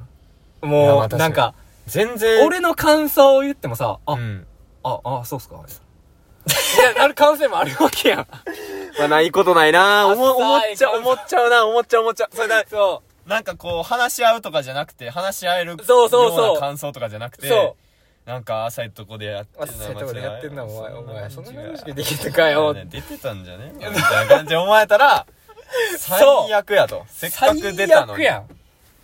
[SPEAKER 1] ま
[SPEAKER 2] も
[SPEAKER 1] あ
[SPEAKER 2] う、
[SPEAKER 1] 確か
[SPEAKER 2] な
[SPEAKER 1] に
[SPEAKER 2] んか、
[SPEAKER 1] 全然。
[SPEAKER 2] 俺の感想を言ってもさ、あ、
[SPEAKER 1] うん。
[SPEAKER 2] あ、あ、そうっすか。いや、なる可能性もある わけやん。
[SPEAKER 1] まあ、ないことないな。思思っちゃう、
[SPEAKER 2] 浅い
[SPEAKER 1] 思っちゃうな。思っちゃう、思っちゃう。それだ、
[SPEAKER 2] そ
[SPEAKER 1] なんかこう、話し合うとかじゃなくて、話し合える
[SPEAKER 2] そうそうそう
[SPEAKER 1] ような感想とかじゃなく
[SPEAKER 2] う。
[SPEAKER 1] て、
[SPEAKER 2] そ
[SPEAKER 1] なんか浅いとこでやって
[SPEAKER 2] う。あ、
[SPEAKER 1] る
[SPEAKER 2] そういうとこでやってんな、お前。お前、そんな話
[SPEAKER 1] で
[SPEAKER 2] できてかよ。
[SPEAKER 1] 出てたんじゃねみたいな感じで思われたら、最悪やと。せっかく出たのに。
[SPEAKER 2] 最悪やん。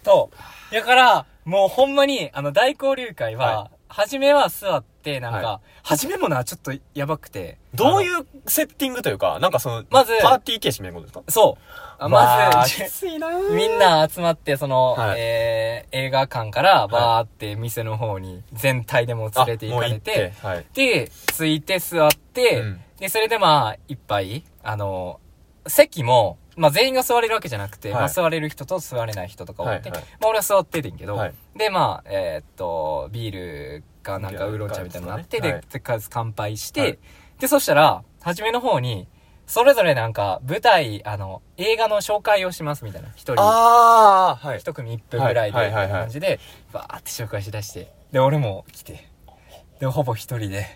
[SPEAKER 2] と。だから、もうほんまに、あの、大交流会は、
[SPEAKER 1] は
[SPEAKER 2] 初めは座って、なんか、
[SPEAKER 1] は
[SPEAKER 2] 初めもな、ちょっとやばくて。
[SPEAKER 1] どういううセッティングというか、なんかその、
[SPEAKER 2] まず
[SPEAKER 1] パーティー形式みたいなことですか
[SPEAKER 2] そう。あまず、
[SPEAKER 1] ついな
[SPEAKER 2] みんな集まって、その、
[SPEAKER 1] はい
[SPEAKER 2] えー、映画館から、バーって店の方に、全体でもう連れて行かれて、
[SPEAKER 1] あもう行っ
[SPEAKER 2] で、ついて座って、
[SPEAKER 1] うん
[SPEAKER 2] で、それでまあ、一杯、あの、席も、まあ全員が座れるわけじゃなくて、
[SPEAKER 1] はい
[SPEAKER 2] まあ座れる人と座れない人とかおって、
[SPEAKER 1] はいはい
[SPEAKER 2] まあ俺は座っててんけど、
[SPEAKER 1] はい
[SPEAKER 2] でまあ、えーっと、ビールかなんかウーロン茶みたいなのなって、
[SPEAKER 1] はい
[SPEAKER 2] で、とりあえず乾杯して、
[SPEAKER 1] はい
[SPEAKER 2] で、そしたら、初めの方に、それぞれなんか舞台、あの、映画の紹介をしますみたいな、一人。
[SPEAKER 1] ああ、はい。
[SPEAKER 2] 一組1分ぐらいで、
[SPEAKER 1] はいはいはいはい
[SPEAKER 2] 感じで、バーって紹介しだして、で、俺も来て、で、ほぼ一人で、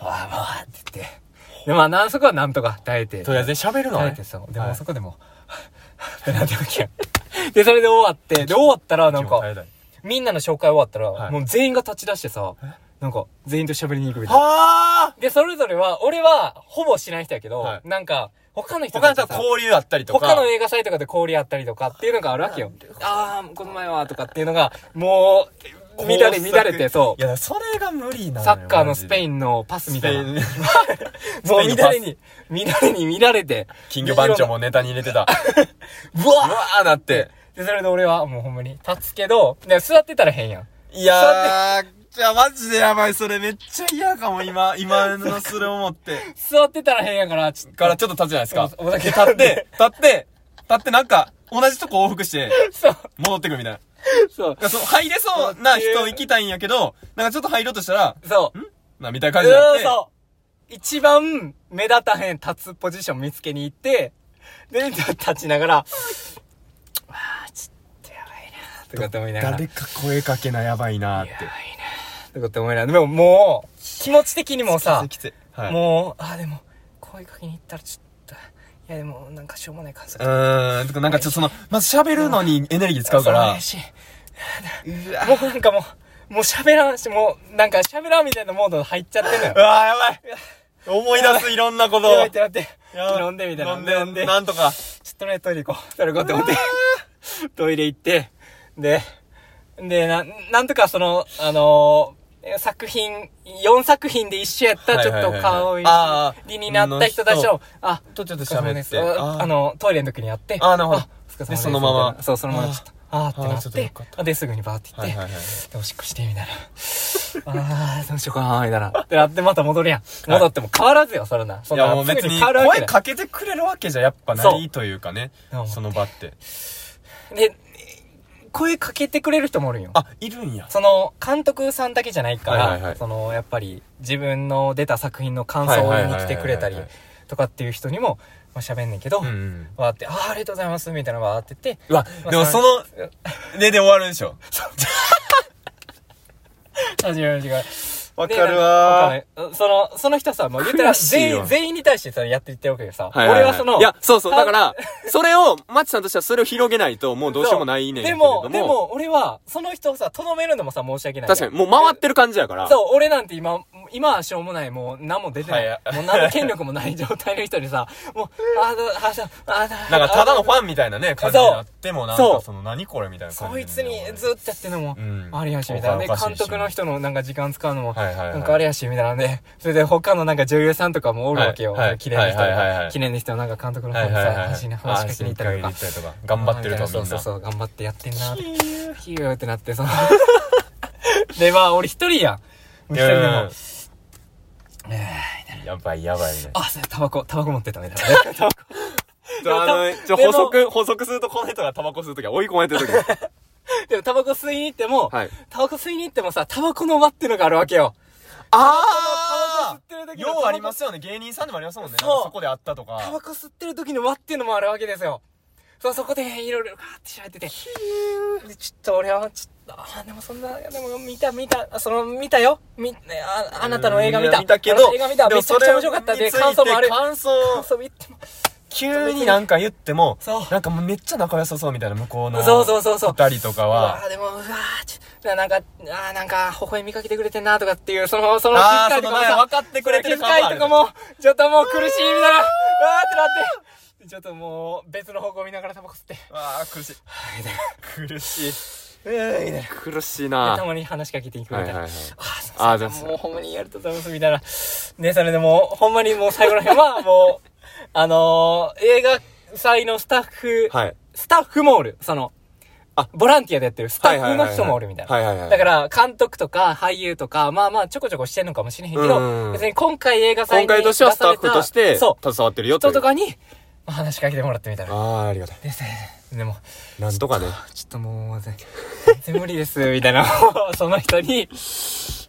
[SPEAKER 2] わーわーって言って、で、まあ、なんそこはなんとか耐えて、
[SPEAKER 1] とりあえず喋るのは
[SPEAKER 2] 耐え
[SPEAKER 1] ね
[SPEAKER 2] て。そう。でも、
[SPEAKER 1] はい
[SPEAKER 2] そこでも、 ってなってわけやで、それで終わって、で、終わったら、なん
[SPEAKER 1] 気も耐
[SPEAKER 2] か、
[SPEAKER 1] えない
[SPEAKER 2] みんなの紹介終わったら、
[SPEAKER 1] はい
[SPEAKER 2] もう全員が立ち出してさ、なんか、全員と喋りに行くみたいな。
[SPEAKER 1] はあ
[SPEAKER 2] で、それぞれは、俺は、ほぼしない人やけど、
[SPEAKER 1] はい
[SPEAKER 2] なんか、他の人
[SPEAKER 1] 他の
[SPEAKER 2] たち
[SPEAKER 1] 人
[SPEAKER 2] が
[SPEAKER 1] は交流あったりとか。
[SPEAKER 2] 他の映画祭とかで交流あったりとかっていうのがあるわけよ。ああ、この前はとかっていうのが、もう、乱れ、乱れて、そ
[SPEAKER 1] いや、それが無理な
[SPEAKER 2] う。サッカーのスペイ
[SPEAKER 1] ン
[SPEAKER 2] ンのパスみたいな。もう
[SPEAKER 1] スペイン
[SPEAKER 2] 乱
[SPEAKER 1] スペインのパス
[SPEAKER 2] れに、乱れに乱れて。
[SPEAKER 1] 金魚番長もネタに入れ てた。
[SPEAKER 2] うわ
[SPEAKER 1] うわーなって。
[SPEAKER 2] で、それで俺はもうほんまに立つけど、で座ってたら変やん。
[SPEAKER 1] いやー、じゃあマジでやばい、それめっちゃ嫌かも、 今、今のそれ思って。
[SPEAKER 2] 座ってたら変やから、ちょっと。
[SPEAKER 1] からちょっと立つじゃないです か。
[SPEAKER 2] おお酒
[SPEAKER 1] で立って、立って、立ってなんか、同じとこ往復して、
[SPEAKER 2] そう、
[SPEAKER 1] 戻ってくるみたいな。
[SPEAKER 2] そう
[SPEAKER 1] だか。らその入れそうな人行きたいんやけど、なんかちょっと入ろうとしたら、
[SPEAKER 2] そう。
[SPEAKER 1] な、みたいな感じになっ
[SPEAKER 2] う
[SPEAKER 1] て
[SPEAKER 2] ん、そう。一番目立たへん立つポジション見つけに行って、で、立ちながら、わあ、ちょっとやばいなーっとかって思いながら。
[SPEAKER 1] 誰か声かけなやばいなーっ
[SPEAKER 2] い
[SPEAKER 1] て
[SPEAKER 2] やーいいねとかって思いながら。でももう、気持ち的にもさ、
[SPEAKER 1] きついきついはい
[SPEAKER 2] もう、あーでも、声かけに行ったらちょっと、いやでもなんかしょうもない感想
[SPEAKER 1] うーんとかなんかちょっとそのまず喋るのにエネルギー使うから
[SPEAKER 2] しもうなんかもう、もう喋らんし、もうなんか喋らんみたいなモード入っちゃってんのよ
[SPEAKER 1] う。わーやばい思い出すいろんなことを
[SPEAKER 2] やばいってなって、
[SPEAKER 1] やばい
[SPEAKER 2] 飲んでみたいな。
[SPEAKER 1] 飲んで
[SPEAKER 2] 飲んで、ちょ
[SPEAKER 1] なんとか
[SPEAKER 2] っとね、トイレ行こう。トイレ行こうって思って、トイレ行って、で、で、な、なんとかその、あのー作品、4作品で一緒やった、
[SPEAKER 1] はい
[SPEAKER 2] ち
[SPEAKER 1] は
[SPEAKER 2] ょ
[SPEAKER 1] いはい
[SPEAKER 2] っと
[SPEAKER 1] はい
[SPEAKER 2] 顔
[SPEAKER 1] あー
[SPEAKER 2] 入りになった人たち
[SPEAKER 1] の
[SPEAKER 2] を、あ、
[SPEAKER 1] とちょっと
[SPEAKER 2] お疲れ様
[SPEAKER 1] 喋
[SPEAKER 2] で
[SPEAKER 1] っ
[SPEAKER 2] す
[SPEAKER 1] て
[SPEAKER 2] ああ
[SPEAKER 1] の
[SPEAKER 2] の、トイレの時にやって。
[SPEAKER 1] あーなるほど
[SPEAKER 2] お疲れ様
[SPEAKER 1] でそのまま
[SPEAKER 2] みたいなそう、そのままちょっと。あーって
[SPEAKER 1] あ
[SPEAKER 2] な
[SPEAKER 1] ーちょっ
[SPEAKER 2] っ
[SPEAKER 1] とよ
[SPEAKER 2] て
[SPEAKER 1] かった。
[SPEAKER 2] あで、すぐにバーって行っ
[SPEAKER 1] は
[SPEAKER 2] て。
[SPEAKER 1] いはいはい
[SPEAKER 2] で、おしっこして、みたいな。あー、どうしようかな、みたいな。で、なって、また戻るやん。戻っても変わらずよ、それな。そ
[SPEAKER 1] い
[SPEAKER 2] んな
[SPEAKER 1] やもう別
[SPEAKER 2] すぐ
[SPEAKER 1] に
[SPEAKER 2] 変わるわけ
[SPEAKER 1] 声
[SPEAKER 2] ない
[SPEAKER 1] かけてくれるわけじゃやっぱ
[SPEAKER 2] そ
[SPEAKER 1] な
[SPEAKER 2] う
[SPEAKER 1] いというかね
[SPEAKER 2] そう思って
[SPEAKER 1] その場って
[SPEAKER 2] で、声かけてくれる人もおるんよ。
[SPEAKER 1] あいるんや
[SPEAKER 2] その、監督さんだけじゃないか
[SPEAKER 1] はいはいは
[SPEAKER 2] ら、
[SPEAKER 1] い
[SPEAKER 2] その、やっぱり、自分の出た作品の感想を言いに来てくれたり
[SPEAKER 1] はいはいはいはいはい、
[SPEAKER 2] とかっていう人にも、まあ、喋んねんけど
[SPEAKER 1] うんう、ん
[SPEAKER 2] わーって、あー、ありがとうございます、みたいなわーって言って、
[SPEAKER 1] うわでもそのねで終わるでしょ
[SPEAKER 2] 始める違う。
[SPEAKER 1] わ
[SPEAKER 2] でなんかわかんないその、その人さ、もう言ったら
[SPEAKER 1] 悔しい
[SPEAKER 2] 全
[SPEAKER 1] よ
[SPEAKER 2] 員、全員に対してさ、やって言ってるわけよさ。
[SPEAKER 1] はいはいい、
[SPEAKER 2] 俺はその、
[SPEAKER 1] いや、そうそう。だ
[SPEAKER 2] た
[SPEAKER 1] から、それを、マッチさんとしてはそれを広げないと、もうどうしようもないねんけれ
[SPEAKER 2] で
[SPEAKER 1] ども。
[SPEAKER 2] も、でも、俺は、その人をさ、とどめるのもさ、申し訳ない。
[SPEAKER 1] 確かに、もう回ってる感じやから。
[SPEAKER 2] そう、俺なんて今、今はしょうもない、もう何も出てない。
[SPEAKER 1] はい
[SPEAKER 2] もう何の権力もない状態の人に さ、もう、あーだ、あーだ、あーだ、
[SPEAKER 1] なんか、ただのフ
[SPEAKER 2] ン。
[SPEAKER 1] ァンみたいなね、感じになっても、なん
[SPEAKER 2] そ
[SPEAKER 1] か、
[SPEAKER 2] う
[SPEAKER 1] その、何これみたいな感じ
[SPEAKER 2] そいつにずっとやってんのも
[SPEAKER 1] う、ん
[SPEAKER 2] あれやし、みたいな。で、
[SPEAKER 1] おかしいし
[SPEAKER 2] 監督の人のなんか時間使うの
[SPEAKER 1] は
[SPEAKER 2] も、
[SPEAKER 1] いはいはい
[SPEAKER 2] なんかあれやし、みたいなんで、それで他のなんか女優さんとかもおるわけよ。
[SPEAKER 1] はいはい
[SPEAKER 2] 綺麗な人と
[SPEAKER 1] はいはいはいは
[SPEAKER 2] か
[SPEAKER 1] い、
[SPEAKER 2] 綺麗な人のなんか監督の
[SPEAKER 1] は
[SPEAKER 2] 方
[SPEAKER 1] い
[SPEAKER 2] に
[SPEAKER 1] はいはい
[SPEAKER 2] さ、
[SPEAKER 1] はい。
[SPEAKER 2] 話に話しかけに行ったりと
[SPEAKER 1] あ
[SPEAKER 2] か
[SPEAKER 1] ー。そうそう頑張ってると、みん
[SPEAKER 2] そ
[SPEAKER 1] な。
[SPEAKER 2] うそうそう、頑張ってやってんなとか
[SPEAKER 1] う。
[SPEAKER 2] ヒューってなって、その。 で、まあ、俺一人やん。もう一 人でも、えー
[SPEAKER 1] やばいやばいね。
[SPEAKER 2] あ、それタバコ、タバコ持ってたみたいなね。タバコ
[SPEAKER 1] ちょあの、ちょ、
[SPEAKER 2] で
[SPEAKER 1] 補
[SPEAKER 2] も
[SPEAKER 1] 足、補足すると、この人がタバコ吸うときは追い込まれてるとき。
[SPEAKER 2] でもタバコ吸いに行っても、
[SPEAKER 1] はい
[SPEAKER 2] タバコ吸いに行ってもさ、タバコの輪っていうのがあるわけよ。
[SPEAKER 1] あ
[SPEAKER 2] タバコ吸ってる時の
[SPEAKER 1] ようありますよね。芸人さんでもありますもんね。
[SPEAKER 2] そう
[SPEAKER 1] なんかそこで会ったと
[SPEAKER 2] タ
[SPEAKER 1] か
[SPEAKER 2] バ。コ吸ってる時の輪っていうのもあるわけですよ。そう、そこでいろいろわーって調べてて。で、ちょっと俺は、ちょっと、あー、でもそんな、でも見た見た、その、見たよ。み、ねあ、あなたの映画見た。
[SPEAKER 1] 見たけ
[SPEAKER 2] あなた
[SPEAKER 1] ど、
[SPEAKER 2] の映画見た。
[SPEAKER 1] で
[SPEAKER 2] め
[SPEAKER 1] も
[SPEAKER 2] ちゃくちゃ面白かった
[SPEAKER 1] それ
[SPEAKER 2] で、
[SPEAKER 1] について
[SPEAKER 2] 感想もある。
[SPEAKER 1] 感想
[SPEAKER 2] 感、想言っても。
[SPEAKER 1] 急になんか言っても
[SPEAKER 2] そう、
[SPEAKER 1] なんかもうめっちゃ仲良さそうみたいな、向こうの。
[SPEAKER 2] そうそうそうそう。
[SPEAKER 1] 二人とか
[SPEAKER 2] うわ
[SPEAKER 1] は
[SPEAKER 2] あ、。でも、うわあ、ちょ、なんか、あーなんか、微笑みかけてくれてんなとかっていう、その、その気
[SPEAKER 1] あー
[SPEAKER 2] 遣いとかも
[SPEAKER 1] その
[SPEAKER 2] さ、
[SPEAKER 1] ね分かってくれてる
[SPEAKER 2] その
[SPEAKER 1] 感
[SPEAKER 2] 気
[SPEAKER 1] はあ
[SPEAKER 2] 遣
[SPEAKER 1] る
[SPEAKER 2] いとかも、ちょっともう苦しいみたいな、うわーってなって、ちょっともう、別の方向見ながらタバコ吸って、
[SPEAKER 1] ああ、苦しい。苦しい。
[SPEAKER 2] うーみたいな。
[SPEAKER 1] 苦しい
[SPEAKER 2] た
[SPEAKER 1] な
[SPEAKER 2] まに話しかけていくみ
[SPEAKER 1] は
[SPEAKER 2] た
[SPEAKER 1] い
[SPEAKER 2] い
[SPEAKER 1] はいは
[SPEAKER 2] な。
[SPEAKER 1] い。
[SPEAKER 2] あーすい
[SPEAKER 1] あーで
[SPEAKER 2] ま
[SPEAKER 1] も
[SPEAKER 2] せんもうほんまにやるとざいますみたいな。ね、それでもう、ほんまにもう最後ら辺は、もう、あのー、映画祭のスタッフ、
[SPEAKER 1] はい。
[SPEAKER 2] スタッフもおる。その、
[SPEAKER 1] あ
[SPEAKER 2] ボランティアでやってるスタッフの人もおるみたいな。
[SPEAKER 1] はいはいはいはいはい
[SPEAKER 2] だから、監督とか俳優とか、まあまあ、ちょこちょこしてんのかもしれへんけ
[SPEAKER 1] うんう
[SPEAKER 2] ど、
[SPEAKER 1] ん
[SPEAKER 2] 別に今回映画祭
[SPEAKER 1] 今
[SPEAKER 2] に出さ
[SPEAKER 1] 回
[SPEAKER 2] れ
[SPEAKER 1] としてはス
[SPEAKER 2] た
[SPEAKER 1] タッフとして、携
[SPEAKER 2] そう。
[SPEAKER 1] わってるよとい
[SPEAKER 2] 人
[SPEAKER 1] う
[SPEAKER 2] とかに、まあ話しかけてもらってみたい
[SPEAKER 1] あ
[SPEAKER 2] な。
[SPEAKER 1] あ、ありがたい。
[SPEAKER 2] で、せでも、
[SPEAKER 1] なんとかね。
[SPEAKER 2] ちょっともう、全全然無理です、 みたいな。その人に、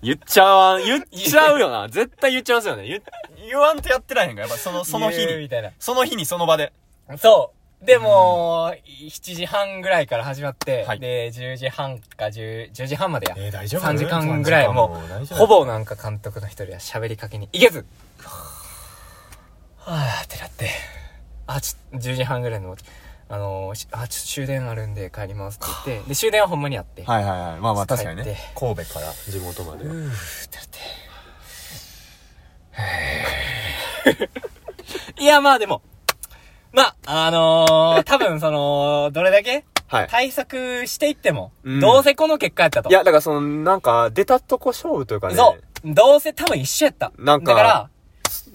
[SPEAKER 1] 言っちゃわん、言っちゃうよな。絶対言っちゃいますよね。言、言わんとやってらへんから、やっぱその、その日
[SPEAKER 2] 言うみ
[SPEAKER 1] に。
[SPEAKER 2] たいな。
[SPEAKER 1] その日にその場で。
[SPEAKER 2] そう。でも、7時半ぐらいから始まって、
[SPEAKER 1] はい
[SPEAKER 2] で、10時半か10、10時半までや。
[SPEAKER 1] えー大丈夫
[SPEAKER 2] 3時間ぐらい
[SPEAKER 1] 三時間
[SPEAKER 2] も
[SPEAKER 1] もう大
[SPEAKER 2] う、
[SPEAKER 1] 丈夫
[SPEAKER 2] ほぼなんか監督の一人は喋りかけに行けずはぁーってなって、あ、ちょっと10時半ぐらいの、あのーしあ、ちょっと終電あるんで帰りますって言って、で、終電はほんまにあって、
[SPEAKER 1] はいはいはい。まあまあ確かに
[SPEAKER 2] 帰っ
[SPEAKER 1] ね
[SPEAKER 2] て。
[SPEAKER 1] 神戸から地元まで。
[SPEAKER 2] うーってなって。へー いや、まあでも、まあ、あのー、多分その、どれだけ
[SPEAKER 1] はい。
[SPEAKER 2] 対策していっても、
[SPEAKER 1] うん
[SPEAKER 2] どうせこの結果やったと。
[SPEAKER 1] いや、だからその、なんか、出たとこ勝負というかね。
[SPEAKER 2] そう。どうせ多分一緒やった。
[SPEAKER 1] なんか
[SPEAKER 2] だか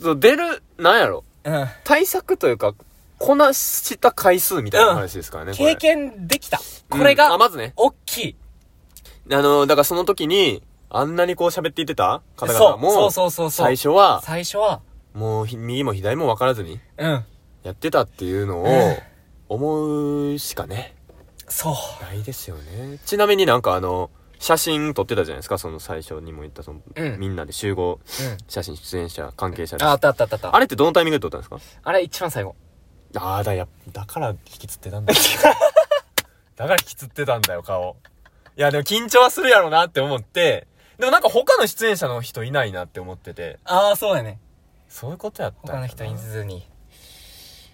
[SPEAKER 1] そう。出る、なんやろ。
[SPEAKER 2] ら、うん。
[SPEAKER 1] 対策というか、こなした回数みたいな話ですからね。これ
[SPEAKER 2] 経験できた。これ
[SPEAKER 1] うん
[SPEAKER 2] が
[SPEAKER 1] あ、まずね。
[SPEAKER 2] 大きい。
[SPEAKER 1] あの、だからその時に、あんなにこう喋っていってた方
[SPEAKER 2] そ
[SPEAKER 1] 々
[SPEAKER 2] う。
[SPEAKER 1] も、
[SPEAKER 2] そうそうそう。そう
[SPEAKER 1] 最初は、
[SPEAKER 2] 最初は、
[SPEAKER 1] もうひ右も左も分からずに、
[SPEAKER 2] うん。
[SPEAKER 1] やってたっていうのを
[SPEAKER 2] うん、
[SPEAKER 1] 思うしかね、
[SPEAKER 2] そう。
[SPEAKER 1] ないですよね。ちなみになんかあの、写真撮ってたじゃないですか、その最初にも言った、その、
[SPEAKER 2] うん
[SPEAKER 1] みんなで集合、
[SPEAKER 2] うん。
[SPEAKER 1] 写真出演者、関係者で。
[SPEAKER 2] あ、あったあったあったあった。
[SPEAKER 1] あれってどのタイミングで撮ったんですか
[SPEAKER 2] あれ一番最後。
[SPEAKER 1] ああ、だ、や、だから引きつってたんだ。だからきつってたんだよ、顔。いや、でも緊張はするやろなって思って、でもなんか他の出演者の人いないなって思ってて、
[SPEAKER 2] ああ、そうやね。
[SPEAKER 1] そういうことやったんだ
[SPEAKER 2] 他
[SPEAKER 1] な
[SPEAKER 2] の人いずに。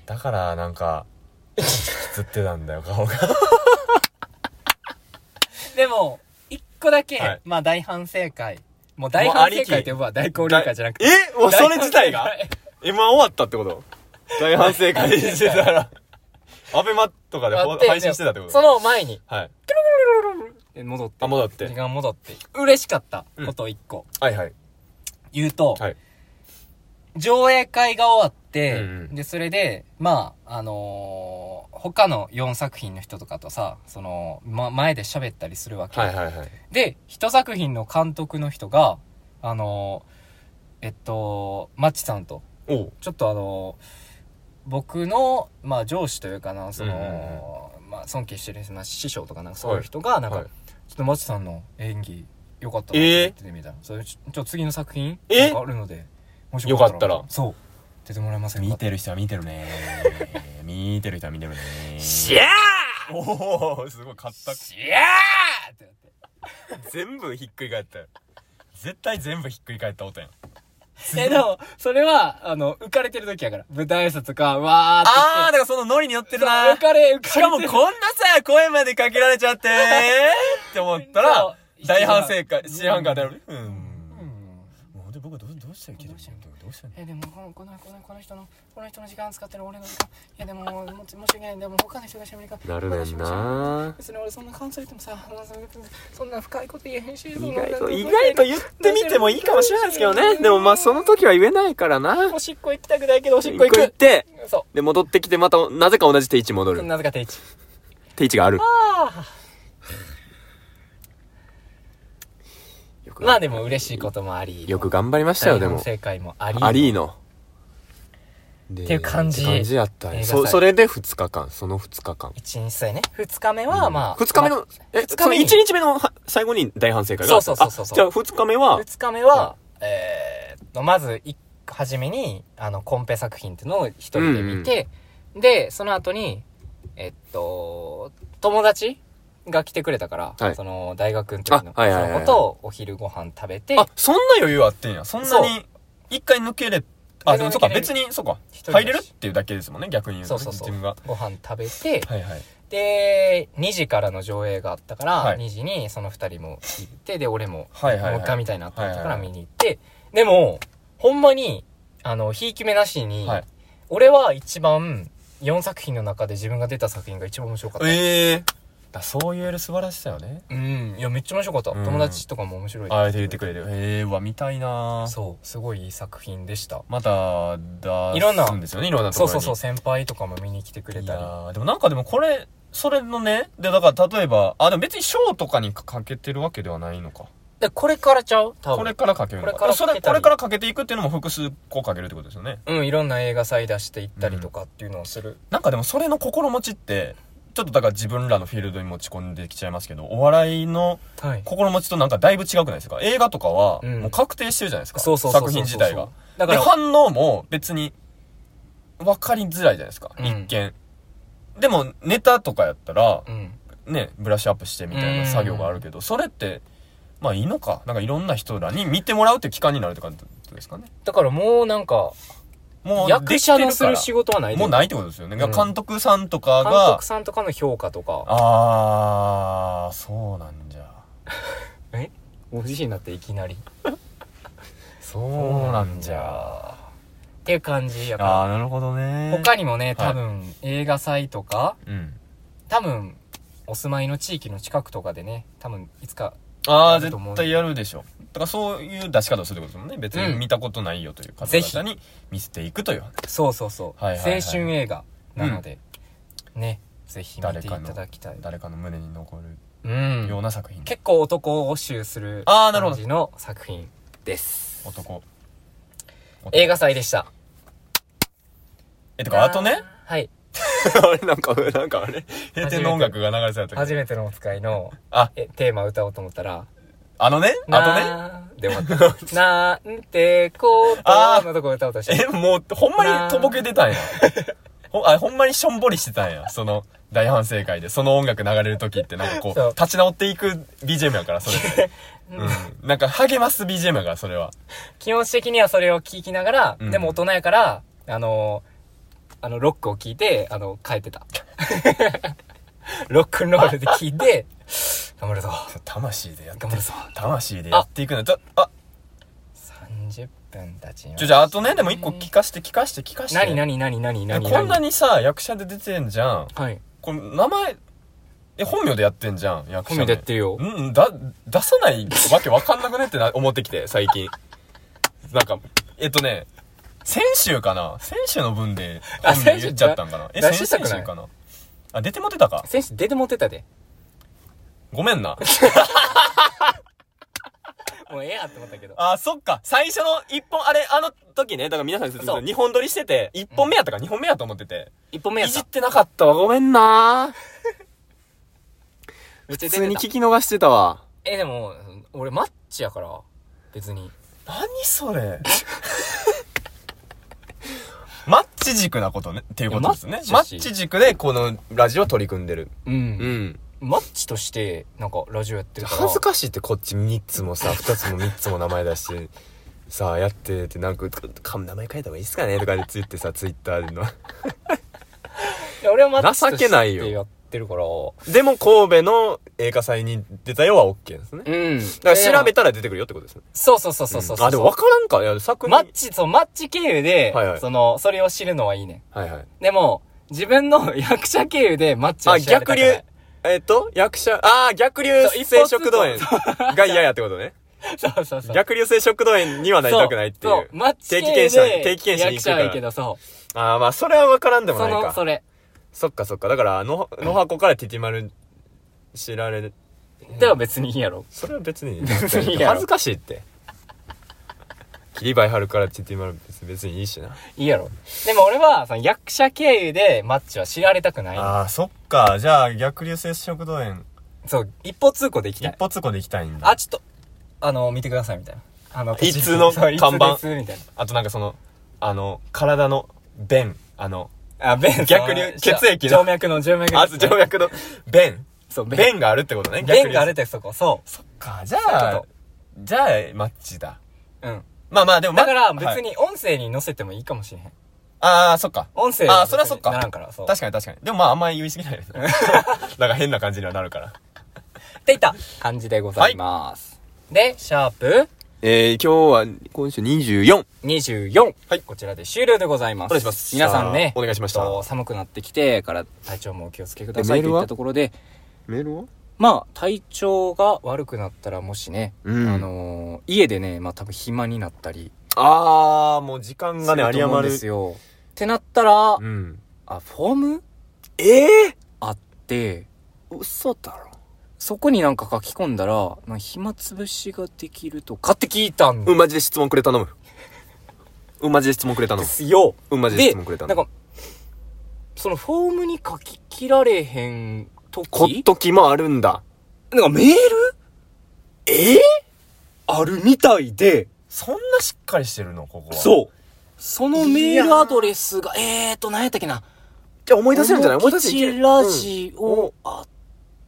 [SPEAKER 1] だから、なんか、きつってたんだよ、顔が。
[SPEAKER 2] でも、一個だけ、
[SPEAKER 1] はい
[SPEAKER 2] まあ大反省会。もう 大反省会って呼ぶわ。大交流会じゃなくて。
[SPEAKER 1] えもうそれ自体 が
[SPEAKER 2] 大反省
[SPEAKER 1] 今終わったってこと大反省会してた ら、アベマとかで
[SPEAKER 2] 会
[SPEAKER 1] ほ配信してたってこ
[SPEAKER 2] そ
[SPEAKER 1] と
[SPEAKER 2] の前に、
[SPEAKER 1] はい。
[SPEAKER 2] 戻って。
[SPEAKER 1] あ、戻っ
[SPEAKER 2] 時
[SPEAKER 1] て。
[SPEAKER 2] 間戻って。嬉しかったことを一個
[SPEAKER 1] はいはい。
[SPEAKER 2] 言うと、
[SPEAKER 1] はい。
[SPEAKER 2] 上映会が終わって、
[SPEAKER 1] うんうん
[SPEAKER 2] で、それで、まあ、あのー他の4作品の人とかとさ、その、ま、前で喋ったりするわけ。
[SPEAKER 1] はいはいはい。
[SPEAKER 2] で、一作品の監督の人が、あのーえっと、マッチさんと、
[SPEAKER 1] おう。
[SPEAKER 2] ちょっとあの僕の、まあ、上司というかなその、まあ、尊敬してる、まあ、師匠とかなんかそういう人がなんか、
[SPEAKER 1] はい
[SPEAKER 2] ちょっとマチさんの演技良かったなって言っててみたいな、それちょちょっと次の作品
[SPEAKER 1] え
[SPEAKER 2] なんかあるのでもし
[SPEAKER 1] よかったら
[SPEAKER 2] そう出てもらえませんか
[SPEAKER 1] 見てる人は見てる ね見てる人は見てるね
[SPEAKER 2] しゃ
[SPEAKER 1] おおすごい買っ
[SPEAKER 2] ー
[SPEAKER 1] た
[SPEAKER 2] しゃーってなって
[SPEAKER 1] 全部ひっくり返ったよ絶対全部ひっくり返った音やん
[SPEAKER 2] えでもそれはあの浮かれてる時やから舞台挨拶かわーって
[SPEAKER 1] あーだからそのノリに乗ってる
[SPEAKER 2] そう
[SPEAKER 1] な
[SPEAKER 2] 浮かれ浮かれてる
[SPEAKER 1] しかもこんなさ声までかけられちゃってって思ったら
[SPEAKER 2] そう
[SPEAKER 1] 大反省会知らんかったよう
[SPEAKER 2] うんん
[SPEAKER 1] もうで僕はどうどうしたらいけないのどうしたらいい
[SPEAKER 2] えでもこのこのこのこの人のこの人の時間使ってる俺の時間いやでももうもう申し訳ないでも他の人がしゃべりか
[SPEAKER 1] のなるねん
[SPEAKER 2] な
[SPEAKER 1] な
[SPEAKER 2] 別に俺そんな感想言ってもさあのそんなそんな深いこと言えへんし意
[SPEAKER 1] 意外と意外と言ってみてもいいかもしれないですけどねでもまあその時は言えないからな
[SPEAKER 2] おしっこ行きたくないけどおしっ
[SPEAKER 1] 一
[SPEAKER 2] こ
[SPEAKER 1] 個
[SPEAKER 2] 行
[SPEAKER 1] 行っ
[SPEAKER 2] く
[SPEAKER 1] て
[SPEAKER 2] そ
[SPEAKER 1] で戻ってきてまたなぜか同じ定位置戻
[SPEAKER 2] う
[SPEAKER 1] る
[SPEAKER 2] なぜか定位置
[SPEAKER 1] 定位置がある
[SPEAKER 2] あ
[SPEAKER 1] よ
[SPEAKER 2] あまあでも嬉しいこともあり
[SPEAKER 1] よく頑張りましたよでも
[SPEAKER 2] 正解もあり
[SPEAKER 1] アリーノっ
[SPEAKER 2] っていう感じ
[SPEAKER 1] 感じやったね
[SPEAKER 2] 映画祭
[SPEAKER 1] そそれで2日間その2日間
[SPEAKER 2] 一日ね二日目はまあ
[SPEAKER 1] 2日目の、え、
[SPEAKER 2] 二
[SPEAKER 1] そ
[SPEAKER 2] 日
[SPEAKER 1] の
[SPEAKER 2] 目
[SPEAKER 1] 1
[SPEAKER 2] に
[SPEAKER 1] 日目のは最後に大反省会があった
[SPEAKER 2] そうそうそうそう
[SPEAKER 1] あじゃあ2日目は、
[SPEAKER 2] 二日目は、えーっと、まず、い初めに、あの、コンペ作品っていうのを一人で見て、で、その後に、えっと、友達が来てくれたから、
[SPEAKER 1] はい
[SPEAKER 2] その、大学の時の、
[SPEAKER 1] あはいはいはい
[SPEAKER 2] その
[SPEAKER 1] はい
[SPEAKER 2] 子とお昼ご飯食べて、
[SPEAKER 1] あ、そんな余裕あってんや。そんな
[SPEAKER 2] そう
[SPEAKER 1] に、一回抜けれ、あ、でもそっか、
[SPEAKER 2] 抜けれる
[SPEAKER 1] 別に、そうか
[SPEAKER 2] 一、人だし
[SPEAKER 1] 入れるっていうだけですもんね、逆に言うと
[SPEAKER 2] そう
[SPEAKER 1] ね、
[SPEAKER 2] そう
[SPEAKER 1] 自
[SPEAKER 2] そう
[SPEAKER 1] 分が。
[SPEAKER 2] ご飯食べて、
[SPEAKER 1] はいはい。
[SPEAKER 2] で、2時からの上映があったから、
[SPEAKER 1] はい
[SPEAKER 2] 2時にその2人も行って、で、俺も、
[SPEAKER 1] はいはいはい
[SPEAKER 2] もう一回見たいなってなったか
[SPEAKER 1] はい
[SPEAKER 2] ら
[SPEAKER 1] はいは
[SPEAKER 2] 見
[SPEAKER 1] い
[SPEAKER 2] に行って、でも、ほんまに、あの、ひいき目なしに、
[SPEAKER 1] はい
[SPEAKER 2] 俺は一番、4作品の中で自分が出た作品が一番面白かった。
[SPEAKER 1] ええー。だそう言える素晴らしさよね。
[SPEAKER 2] うん。いや、めっちゃ面白かった。
[SPEAKER 1] うん
[SPEAKER 2] 友達とかも面白い。
[SPEAKER 1] あえて入れてくれる。ええー、うわ、見たいなぁ
[SPEAKER 2] そう。すごいいい作品でした。
[SPEAKER 1] また、だ、
[SPEAKER 2] いろんな
[SPEAKER 1] すんですよね、いろんなとこ
[SPEAKER 2] そ
[SPEAKER 1] ろ
[SPEAKER 2] う
[SPEAKER 1] に。
[SPEAKER 2] そうそう、先輩とかも見に来てくれ
[SPEAKER 1] い
[SPEAKER 2] た
[SPEAKER 1] や
[SPEAKER 2] り。
[SPEAKER 1] ーでもなんかでもこれそれのねでだから例えばあでも別に賞とかにかかけてるわけではないのか
[SPEAKER 2] で、これからちゃう多
[SPEAKER 1] これ
[SPEAKER 2] 分。
[SPEAKER 1] からかけるのか
[SPEAKER 2] これからかけ
[SPEAKER 1] そ
[SPEAKER 2] たり
[SPEAKER 1] れこれからかけていくっていうのも複数個かけるってことですよね
[SPEAKER 2] うん、いろんな映画祭出していったりとかっていうのをする。
[SPEAKER 1] なんかでもそれの心持ちってちょっとだから自分らのフィールドに持ち込んできちゃいますけどお笑いの
[SPEAKER 2] はい。
[SPEAKER 1] 心持ちとなんかだいぶ違くないですか映画とかは
[SPEAKER 2] うん
[SPEAKER 1] もう確定してるじゃないですか、
[SPEAKER 2] そうそうそうそう
[SPEAKER 1] 作品自体が。
[SPEAKER 2] だか
[SPEAKER 1] で
[SPEAKER 2] ら、
[SPEAKER 1] 反応も別に分かりづらいじゃないですか、
[SPEAKER 2] うん
[SPEAKER 1] 一見でもネタとかやったら
[SPEAKER 2] うん。
[SPEAKER 1] ね、ブラッシュアップしてみたいな作業があるけど、それって、まあいいのか。なんかいろんな人らに見てもらうっていう期間になるって感じですかね。
[SPEAKER 2] だからもうなんか、
[SPEAKER 1] もう、
[SPEAKER 2] 役者のする仕
[SPEAKER 1] 事
[SPEAKER 2] 事はない
[SPEAKER 1] もう
[SPEAKER 2] い
[SPEAKER 1] ないってことですよね。
[SPEAKER 2] うん
[SPEAKER 1] 監督さんとか
[SPEAKER 2] 監
[SPEAKER 1] が
[SPEAKER 2] 督、さんとかの評価とか
[SPEAKER 1] あー、そうなんじゃ。
[SPEAKER 2] えご自身だっていきなり
[SPEAKER 1] そうなんじゃ。
[SPEAKER 2] っていう感じや
[SPEAKER 1] あ
[SPEAKER 2] か
[SPEAKER 1] ー、なるほどね。
[SPEAKER 2] ら他にもね多分、映画祭とか
[SPEAKER 1] うん。
[SPEAKER 2] 多分お住まいの地域の近くとかでね多分いつか
[SPEAKER 1] あー、
[SPEAKER 2] ると思う
[SPEAKER 1] 絶対やるでしょ。だからそういう出し方をするってことですもんね。別
[SPEAKER 2] う
[SPEAKER 1] に
[SPEAKER 2] ん
[SPEAKER 1] 見たことないよという方
[SPEAKER 2] ぜひ
[SPEAKER 1] 々に見せていくという。
[SPEAKER 2] そうそうそう、
[SPEAKER 1] はいはいはい
[SPEAKER 2] 青春映画なので、ねぜひ見ていただきたい
[SPEAKER 1] 誰かの胸に残
[SPEAKER 2] う
[SPEAKER 1] るようんな作品。
[SPEAKER 2] 結構男を集する
[SPEAKER 1] あーなるほ
[SPEAKER 2] 感
[SPEAKER 1] ど
[SPEAKER 2] じの作品です
[SPEAKER 1] 男。
[SPEAKER 2] 映画祭でした
[SPEAKER 1] え、てか、あとね、
[SPEAKER 2] はい
[SPEAKER 1] あれなんか、なんかあれ、閉店の音楽が流れてた時
[SPEAKER 2] 初めてのお使いの
[SPEAKER 1] あ、
[SPEAKER 2] えテーマ歌おうと思ったら
[SPEAKER 1] あのね、あ
[SPEAKER 2] なーでも、 なんてことのとこ歌おうとし
[SPEAKER 1] とね。
[SPEAKER 2] て。
[SPEAKER 1] え、もう、ほんまにとぼけてたんや。ほ、あ、ほんまにしょんぼりしてたんや。その、大反省会で、その音楽流れる時ってなんかこ
[SPEAKER 2] そう
[SPEAKER 1] う、立ち直っていく BGM やから、それ って。うん。なんか励ます BGM やから、それは。
[SPEAKER 2] 気持ち的にはそれを聞きながら、
[SPEAKER 1] うん
[SPEAKER 2] でも大人やから、あの、あの、ロックを聞いて、あの、変えてた。 ロックンロールで聞いて、頑張るぞ。
[SPEAKER 1] 魂でやって
[SPEAKER 2] 頑張るぞ。
[SPEAKER 1] 魂でやっていくの。ちょ、あ、
[SPEAKER 2] 30分経ちま
[SPEAKER 1] ちょ、じゃあ、あとね、でも一個聞かして、聞かして、聞かして。
[SPEAKER 2] 何何何何何
[SPEAKER 1] こんな
[SPEAKER 2] に。
[SPEAKER 1] にさ、役者で出てんじゃん。
[SPEAKER 2] はい。
[SPEAKER 1] これ、名前、え、本名でやってんじゃん、役者名。
[SPEAKER 2] 本名でやってるよ。
[SPEAKER 1] うん、だ、出さないわけわかんなくねってな、 思ってきて、最近。なんか、えっとね、先週かな先週の分で
[SPEAKER 2] あ
[SPEAKER 1] 本名言っちゃったんかなえ、
[SPEAKER 2] 先週
[SPEAKER 1] 先
[SPEAKER 2] じゃ
[SPEAKER 1] 々週かなあ、出ても出たか
[SPEAKER 2] 選手出てもってたで。
[SPEAKER 1] ごめんな。
[SPEAKER 2] もうええやって思ったけど。
[SPEAKER 1] あ、そっか。最初の一本、あれ、あの時ね、だから皆さんに説明す
[SPEAKER 2] そう
[SPEAKER 1] る2本撮りしてて、一本目やったから二本目やと思ってて。
[SPEAKER 2] 一本目や
[SPEAKER 1] い
[SPEAKER 2] っ
[SPEAKER 1] じ
[SPEAKER 2] た
[SPEAKER 1] っ。てなかったわ。ごめんな
[SPEAKER 2] 普
[SPEAKER 1] 普通に聞き逃してたわ。
[SPEAKER 2] え、でも、俺マッチやから、別に。
[SPEAKER 1] 何それ マッチ軸なことね、っていうことです
[SPEAKER 2] いや
[SPEAKER 1] ね
[SPEAKER 2] マッ。チ
[SPEAKER 1] マッチ軸でこのラジオ取り組んでる。
[SPEAKER 2] うん。
[SPEAKER 1] うん。
[SPEAKER 2] マッチとして、なんか、ラジオやってるから。
[SPEAKER 1] 恥ずかしいってこっち3つもさ、2つも3つも名前出して、さあやっててなんか、か名前変えた方がいいっすかねとかでついてさ、ツイッターの。
[SPEAKER 2] いや俺はマッチと
[SPEAKER 1] 情けないよ
[SPEAKER 2] してやってるから。う
[SPEAKER 1] でも神戸の映画祭に出たよは OK ですね。
[SPEAKER 2] ん。
[SPEAKER 1] だから調べ
[SPEAKER 2] た。
[SPEAKER 1] たら出てくるよってことですね。
[SPEAKER 2] そうそうそうそうそう。
[SPEAKER 1] んあ、でも分からんか。いや、作品。
[SPEAKER 2] マッチ、そう、マッチ経由で、
[SPEAKER 1] はいはい
[SPEAKER 2] その、それを知るのはいいね。
[SPEAKER 1] はいはい。
[SPEAKER 2] でも、自分の 役者経由でマッチを
[SPEAKER 1] あ、
[SPEAKER 2] 調べたく
[SPEAKER 1] 逆
[SPEAKER 2] ない
[SPEAKER 1] 流。えっと、役者、あー逆流
[SPEAKER 2] そう一
[SPEAKER 1] 性
[SPEAKER 2] 方通行
[SPEAKER 1] 食道炎が嫌やってことね。
[SPEAKER 2] そうそうそう。
[SPEAKER 1] 逆流性食道炎にはなりたくないってい
[SPEAKER 2] そう
[SPEAKER 1] う。
[SPEAKER 2] マッチ経
[SPEAKER 1] 定期検
[SPEAKER 2] 由で
[SPEAKER 1] 査、定期検査に行く
[SPEAKER 2] 役者
[SPEAKER 1] か
[SPEAKER 2] はいいけ
[SPEAKER 1] ら。
[SPEAKER 2] ど、そう。
[SPEAKER 1] あーまあ、それは分からんでも
[SPEAKER 2] そ
[SPEAKER 1] ない
[SPEAKER 2] の、
[SPEAKER 1] か。
[SPEAKER 2] それ。
[SPEAKER 1] そっかそっか。だから、の、の箱からティティマル知られる。
[SPEAKER 2] では別にいいやろ。
[SPEAKER 1] それは別に、
[SPEAKER 2] 別 にいいやろ
[SPEAKER 1] 恥ずかしいって。キリバイハルからティティマル別に別にいいしな。
[SPEAKER 2] いいやろ。でも俺は、その役者経由でマッチは知られたくない。
[SPEAKER 1] あー、そっか。じゃあ、逆流性食道炎、
[SPEAKER 2] そう、一方通行で行きたい。
[SPEAKER 1] 歩通行で行きたいん
[SPEAKER 2] あ、ちょっと、あの、見てください、みたいな。あの、
[SPEAKER 1] いつの
[SPEAKER 2] そういつ
[SPEAKER 1] 看板
[SPEAKER 2] ですみたい
[SPEAKER 1] あとなんかその、あの、体の便、あの、
[SPEAKER 2] な。あ、便
[SPEAKER 1] 逆流血液の
[SPEAKER 2] 静脈の、静脈の。
[SPEAKER 1] あず静脈の便、
[SPEAKER 2] そう、便。
[SPEAKER 1] 便があるってことね、
[SPEAKER 2] 便がある
[SPEAKER 1] る。
[SPEAKER 2] って、そこ、そ
[SPEAKER 1] そっか、じゃ
[SPEAKER 2] そういう
[SPEAKER 1] あ
[SPEAKER 2] こ、
[SPEAKER 1] じゃあ、マッチだ。
[SPEAKER 2] う。うん。
[SPEAKER 1] まあまあ、でも、
[SPEAKER 2] だから、別
[SPEAKER 1] に。
[SPEAKER 2] に音声に載せてもいいかもしれへん。
[SPEAKER 1] ああ、そっか。
[SPEAKER 2] 音声
[SPEAKER 1] あーそりゃそっか
[SPEAKER 2] ならんから、そう。
[SPEAKER 1] 確かに確かに。でもまあ、あんまり言い過ぎない ですね。なんか変な感じにはなるから。
[SPEAKER 2] っていった感じでございます。で、シャープ
[SPEAKER 1] えー、今日は、今週24。
[SPEAKER 2] 24。
[SPEAKER 1] はい
[SPEAKER 2] こちらで終了でございます。
[SPEAKER 1] お願いします
[SPEAKER 2] 皆さんね。
[SPEAKER 1] さあお願いしました
[SPEAKER 2] えっと寒くなってきてから体調もお気をつけくださ
[SPEAKER 1] えメ
[SPEAKER 2] い
[SPEAKER 1] ー
[SPEAKER 2] とい
[SPEAKER 1] ル
[SPEAKER 2] っ
[SPEAKER 1] は
[SPEAKER 2] たところで、
[SPEAKER 1] メールは
[SPEAKER 2] まあ、体調が悪くなったらもしね、
[SPEAKER 1] うん
[SPEAKER 2] あのー家でね、まあ多分暇になったり
[SPEAKER 1] ああ、もう時間
[SPEAKER 2] す
[SPEAKER 1] が
[SPEAKER 2] る
[SPEAKER 1] ね、
[SPEAKER 2] と
[SPEAKER 1] あり
[SPEAKER 2] 思うん
[SPEAKER 1] 余
[SPEAKER 2] で
[SPEAKER 1] る
[SPEAKER 2] す。よ。ってなったら、
[SPEAKER 1] うん。
[SPEAKER 2] あ、フォーム
[SPEAKER 1] ええ
[SPEAKER 2] あって、
[SPEAKER 1] 嘘だろ。
[SPEAKER 2] そこになんか書き込んだら、まあ、暇つぶしができるとかって聞いたん
[SPEAKER 1] うん、
[SPEAKER 2] で
[SPEAKER 1] マジで質問くれ頼む。うん、マジで質問くれ頼む。
[SPEAKER 2] すよ。
[SPEAKER 1] うん、マジで質問くれ頼む。
[SPEAKER 2] なんか、そのフォームに書き切られへん時
[SPEAKER 1] こっときもあるんだ。
[SPEAKER 2] なんかメールえあるみたいで、
[SPEAKER 1] そんなしっかりしてるのここは。う。
[SPEAKER 2] そう。そのメールアドレスが、えーと、何やったっけな。
[SPEAKER 1] じゃあ思い出せるんじゃない思い出せるいけ
[SPEAKER 2] 吉
[SPEAKER 1] る。
[SPEAKER 2] ラジ
[SPEAKER 1] う
[SPEAKER 2] オ
[SPEAKER 1] ん、
[SPEAKER 2] あ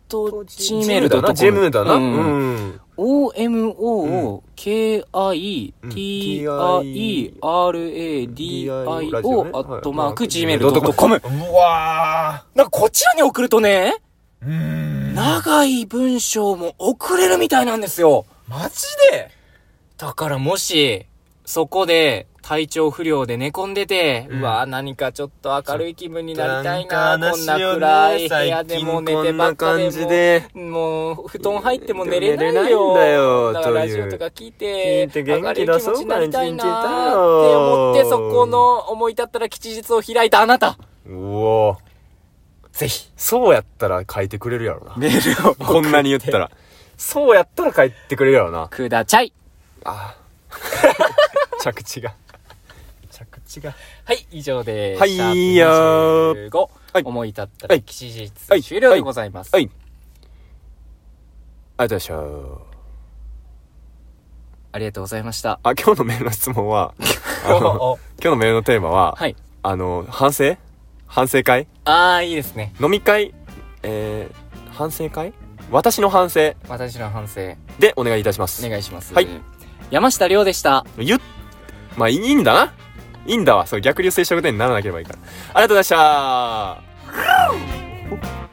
[SPEAKER 2] と、
[SPEAKER 1] ジメル
[SPEAKER 2] gmail
[SPEAKER 1] だ
[SPEAKER 2] だ
[SPEAKER 1] な。
[SPEAKER 2] な。
[SPEAKER 1] ジェムだな。
[SPEAKER 2] うん。
[SPEAKER 1] うん。
[SPEAKER 2] OMOKITIRADIO アットマーク gmail.com。
[SPEAKER 1] うわ
[SPEAKER 2] なんかこちらに送るとね、
[SPEAKER 1] ー。うーん。
[SPEAKER 2] 長い文章も送れるみたいなんですよ。
[SPEAKER 1] マジで
[SPEAKER 2] だからもし、そこで体調不良で寝込んでて、う
[SPEAKER 1] うん
[SPEAKER 2] わ、何かちょっと明るい気分になりたい
[SPEAKER 1] な
[SPEAKER 2] な、
[SPEAKER 1] んか
[SPEAKER 2] こんな
[SPEAKER 1] 話よね
[SPEAKER 2] 暗い部屋でも
[SPEAKER 1] 最近
[SPEAKER 2] 寝てばっかで
[SPEAKER 1] こんな感じで
[SPEAKER 2] もう、もう布団入っても寝れな
[SPEAKER 1] 寝
[SPEAKER 2] いよ。
[SPEAKER 1] れないんだよ
[SPEAKER 2] だからラ
[SPEAKER 1] と
[SPEAKER 2] ジ
[SPEAKER 1] いう
[SPEAKER 2] オとか聞いて、
[SPEAKER 1] 聞いて元気出そう
[SPEAKER 2] 明るい気持ちになりたいなーって思っ
[SPEAKER 1] 一日だよ
[SPEAKER 2] て、そこの思い立ったら吉日を開いたあなた、
[SPEAKER 1] うおー
[SPEAKER 2] ぜひ、
[SPEAKER 1] そうやったら書いてくれるやろな。
[SPEAKER 2] メールを
[SPEAKER 1] こんなに言ったら。そうやったら書いてくれるやろな。
[SPEAKER 2] くだちゃい。
[SPEAKER 1] あ ー着地が。着地が。
[SPEAKER 2] はい、以上で
[SPEAKER 1] はい
[SPEAKER 2] シャープ
[SPEAKER 1] いいよ
[SPEAKER 2] 25
[SPEAKER 1] はい
[SPEAKER 2] 思い立った
[SPEAKER 1] は
[SPEAKER 2] ら
[SPEAKER 1] い
[SPEAKER 2] 吉日
[SPEAKER 1] はい
[SPEAKER 2] 終了でございます。
[SPEAKER 1] はい。ありがとうございました。
[SPEAKER 2] ありがとうございました。
[SPEAKER 1] あ、今日のメールの質問 は、あの
[SPEAKER 2] おお
[SPEAKER 1] 今日 のメールのテーマは、
[SPEAKER 2] はい。
[SPEAKER 1] あの、反省反省会
[SPEAKER 2] ああ、いいですね。
[SPEAKER 1] 飲み会えー、反省会私の反省
[SPEAKER 2] 私の反省
[SPEAKER 1] でお願いいたします
[SPEAKER 2] お。願いします
[SPEAKER 1] はい
[SPEAKER 2] 山下亮でした
[SPEAKER 1] ゆっ、まあいいいいんだな。いいんだわ。そう、逆流性食道炎にならなければいいから。ありがとうございました。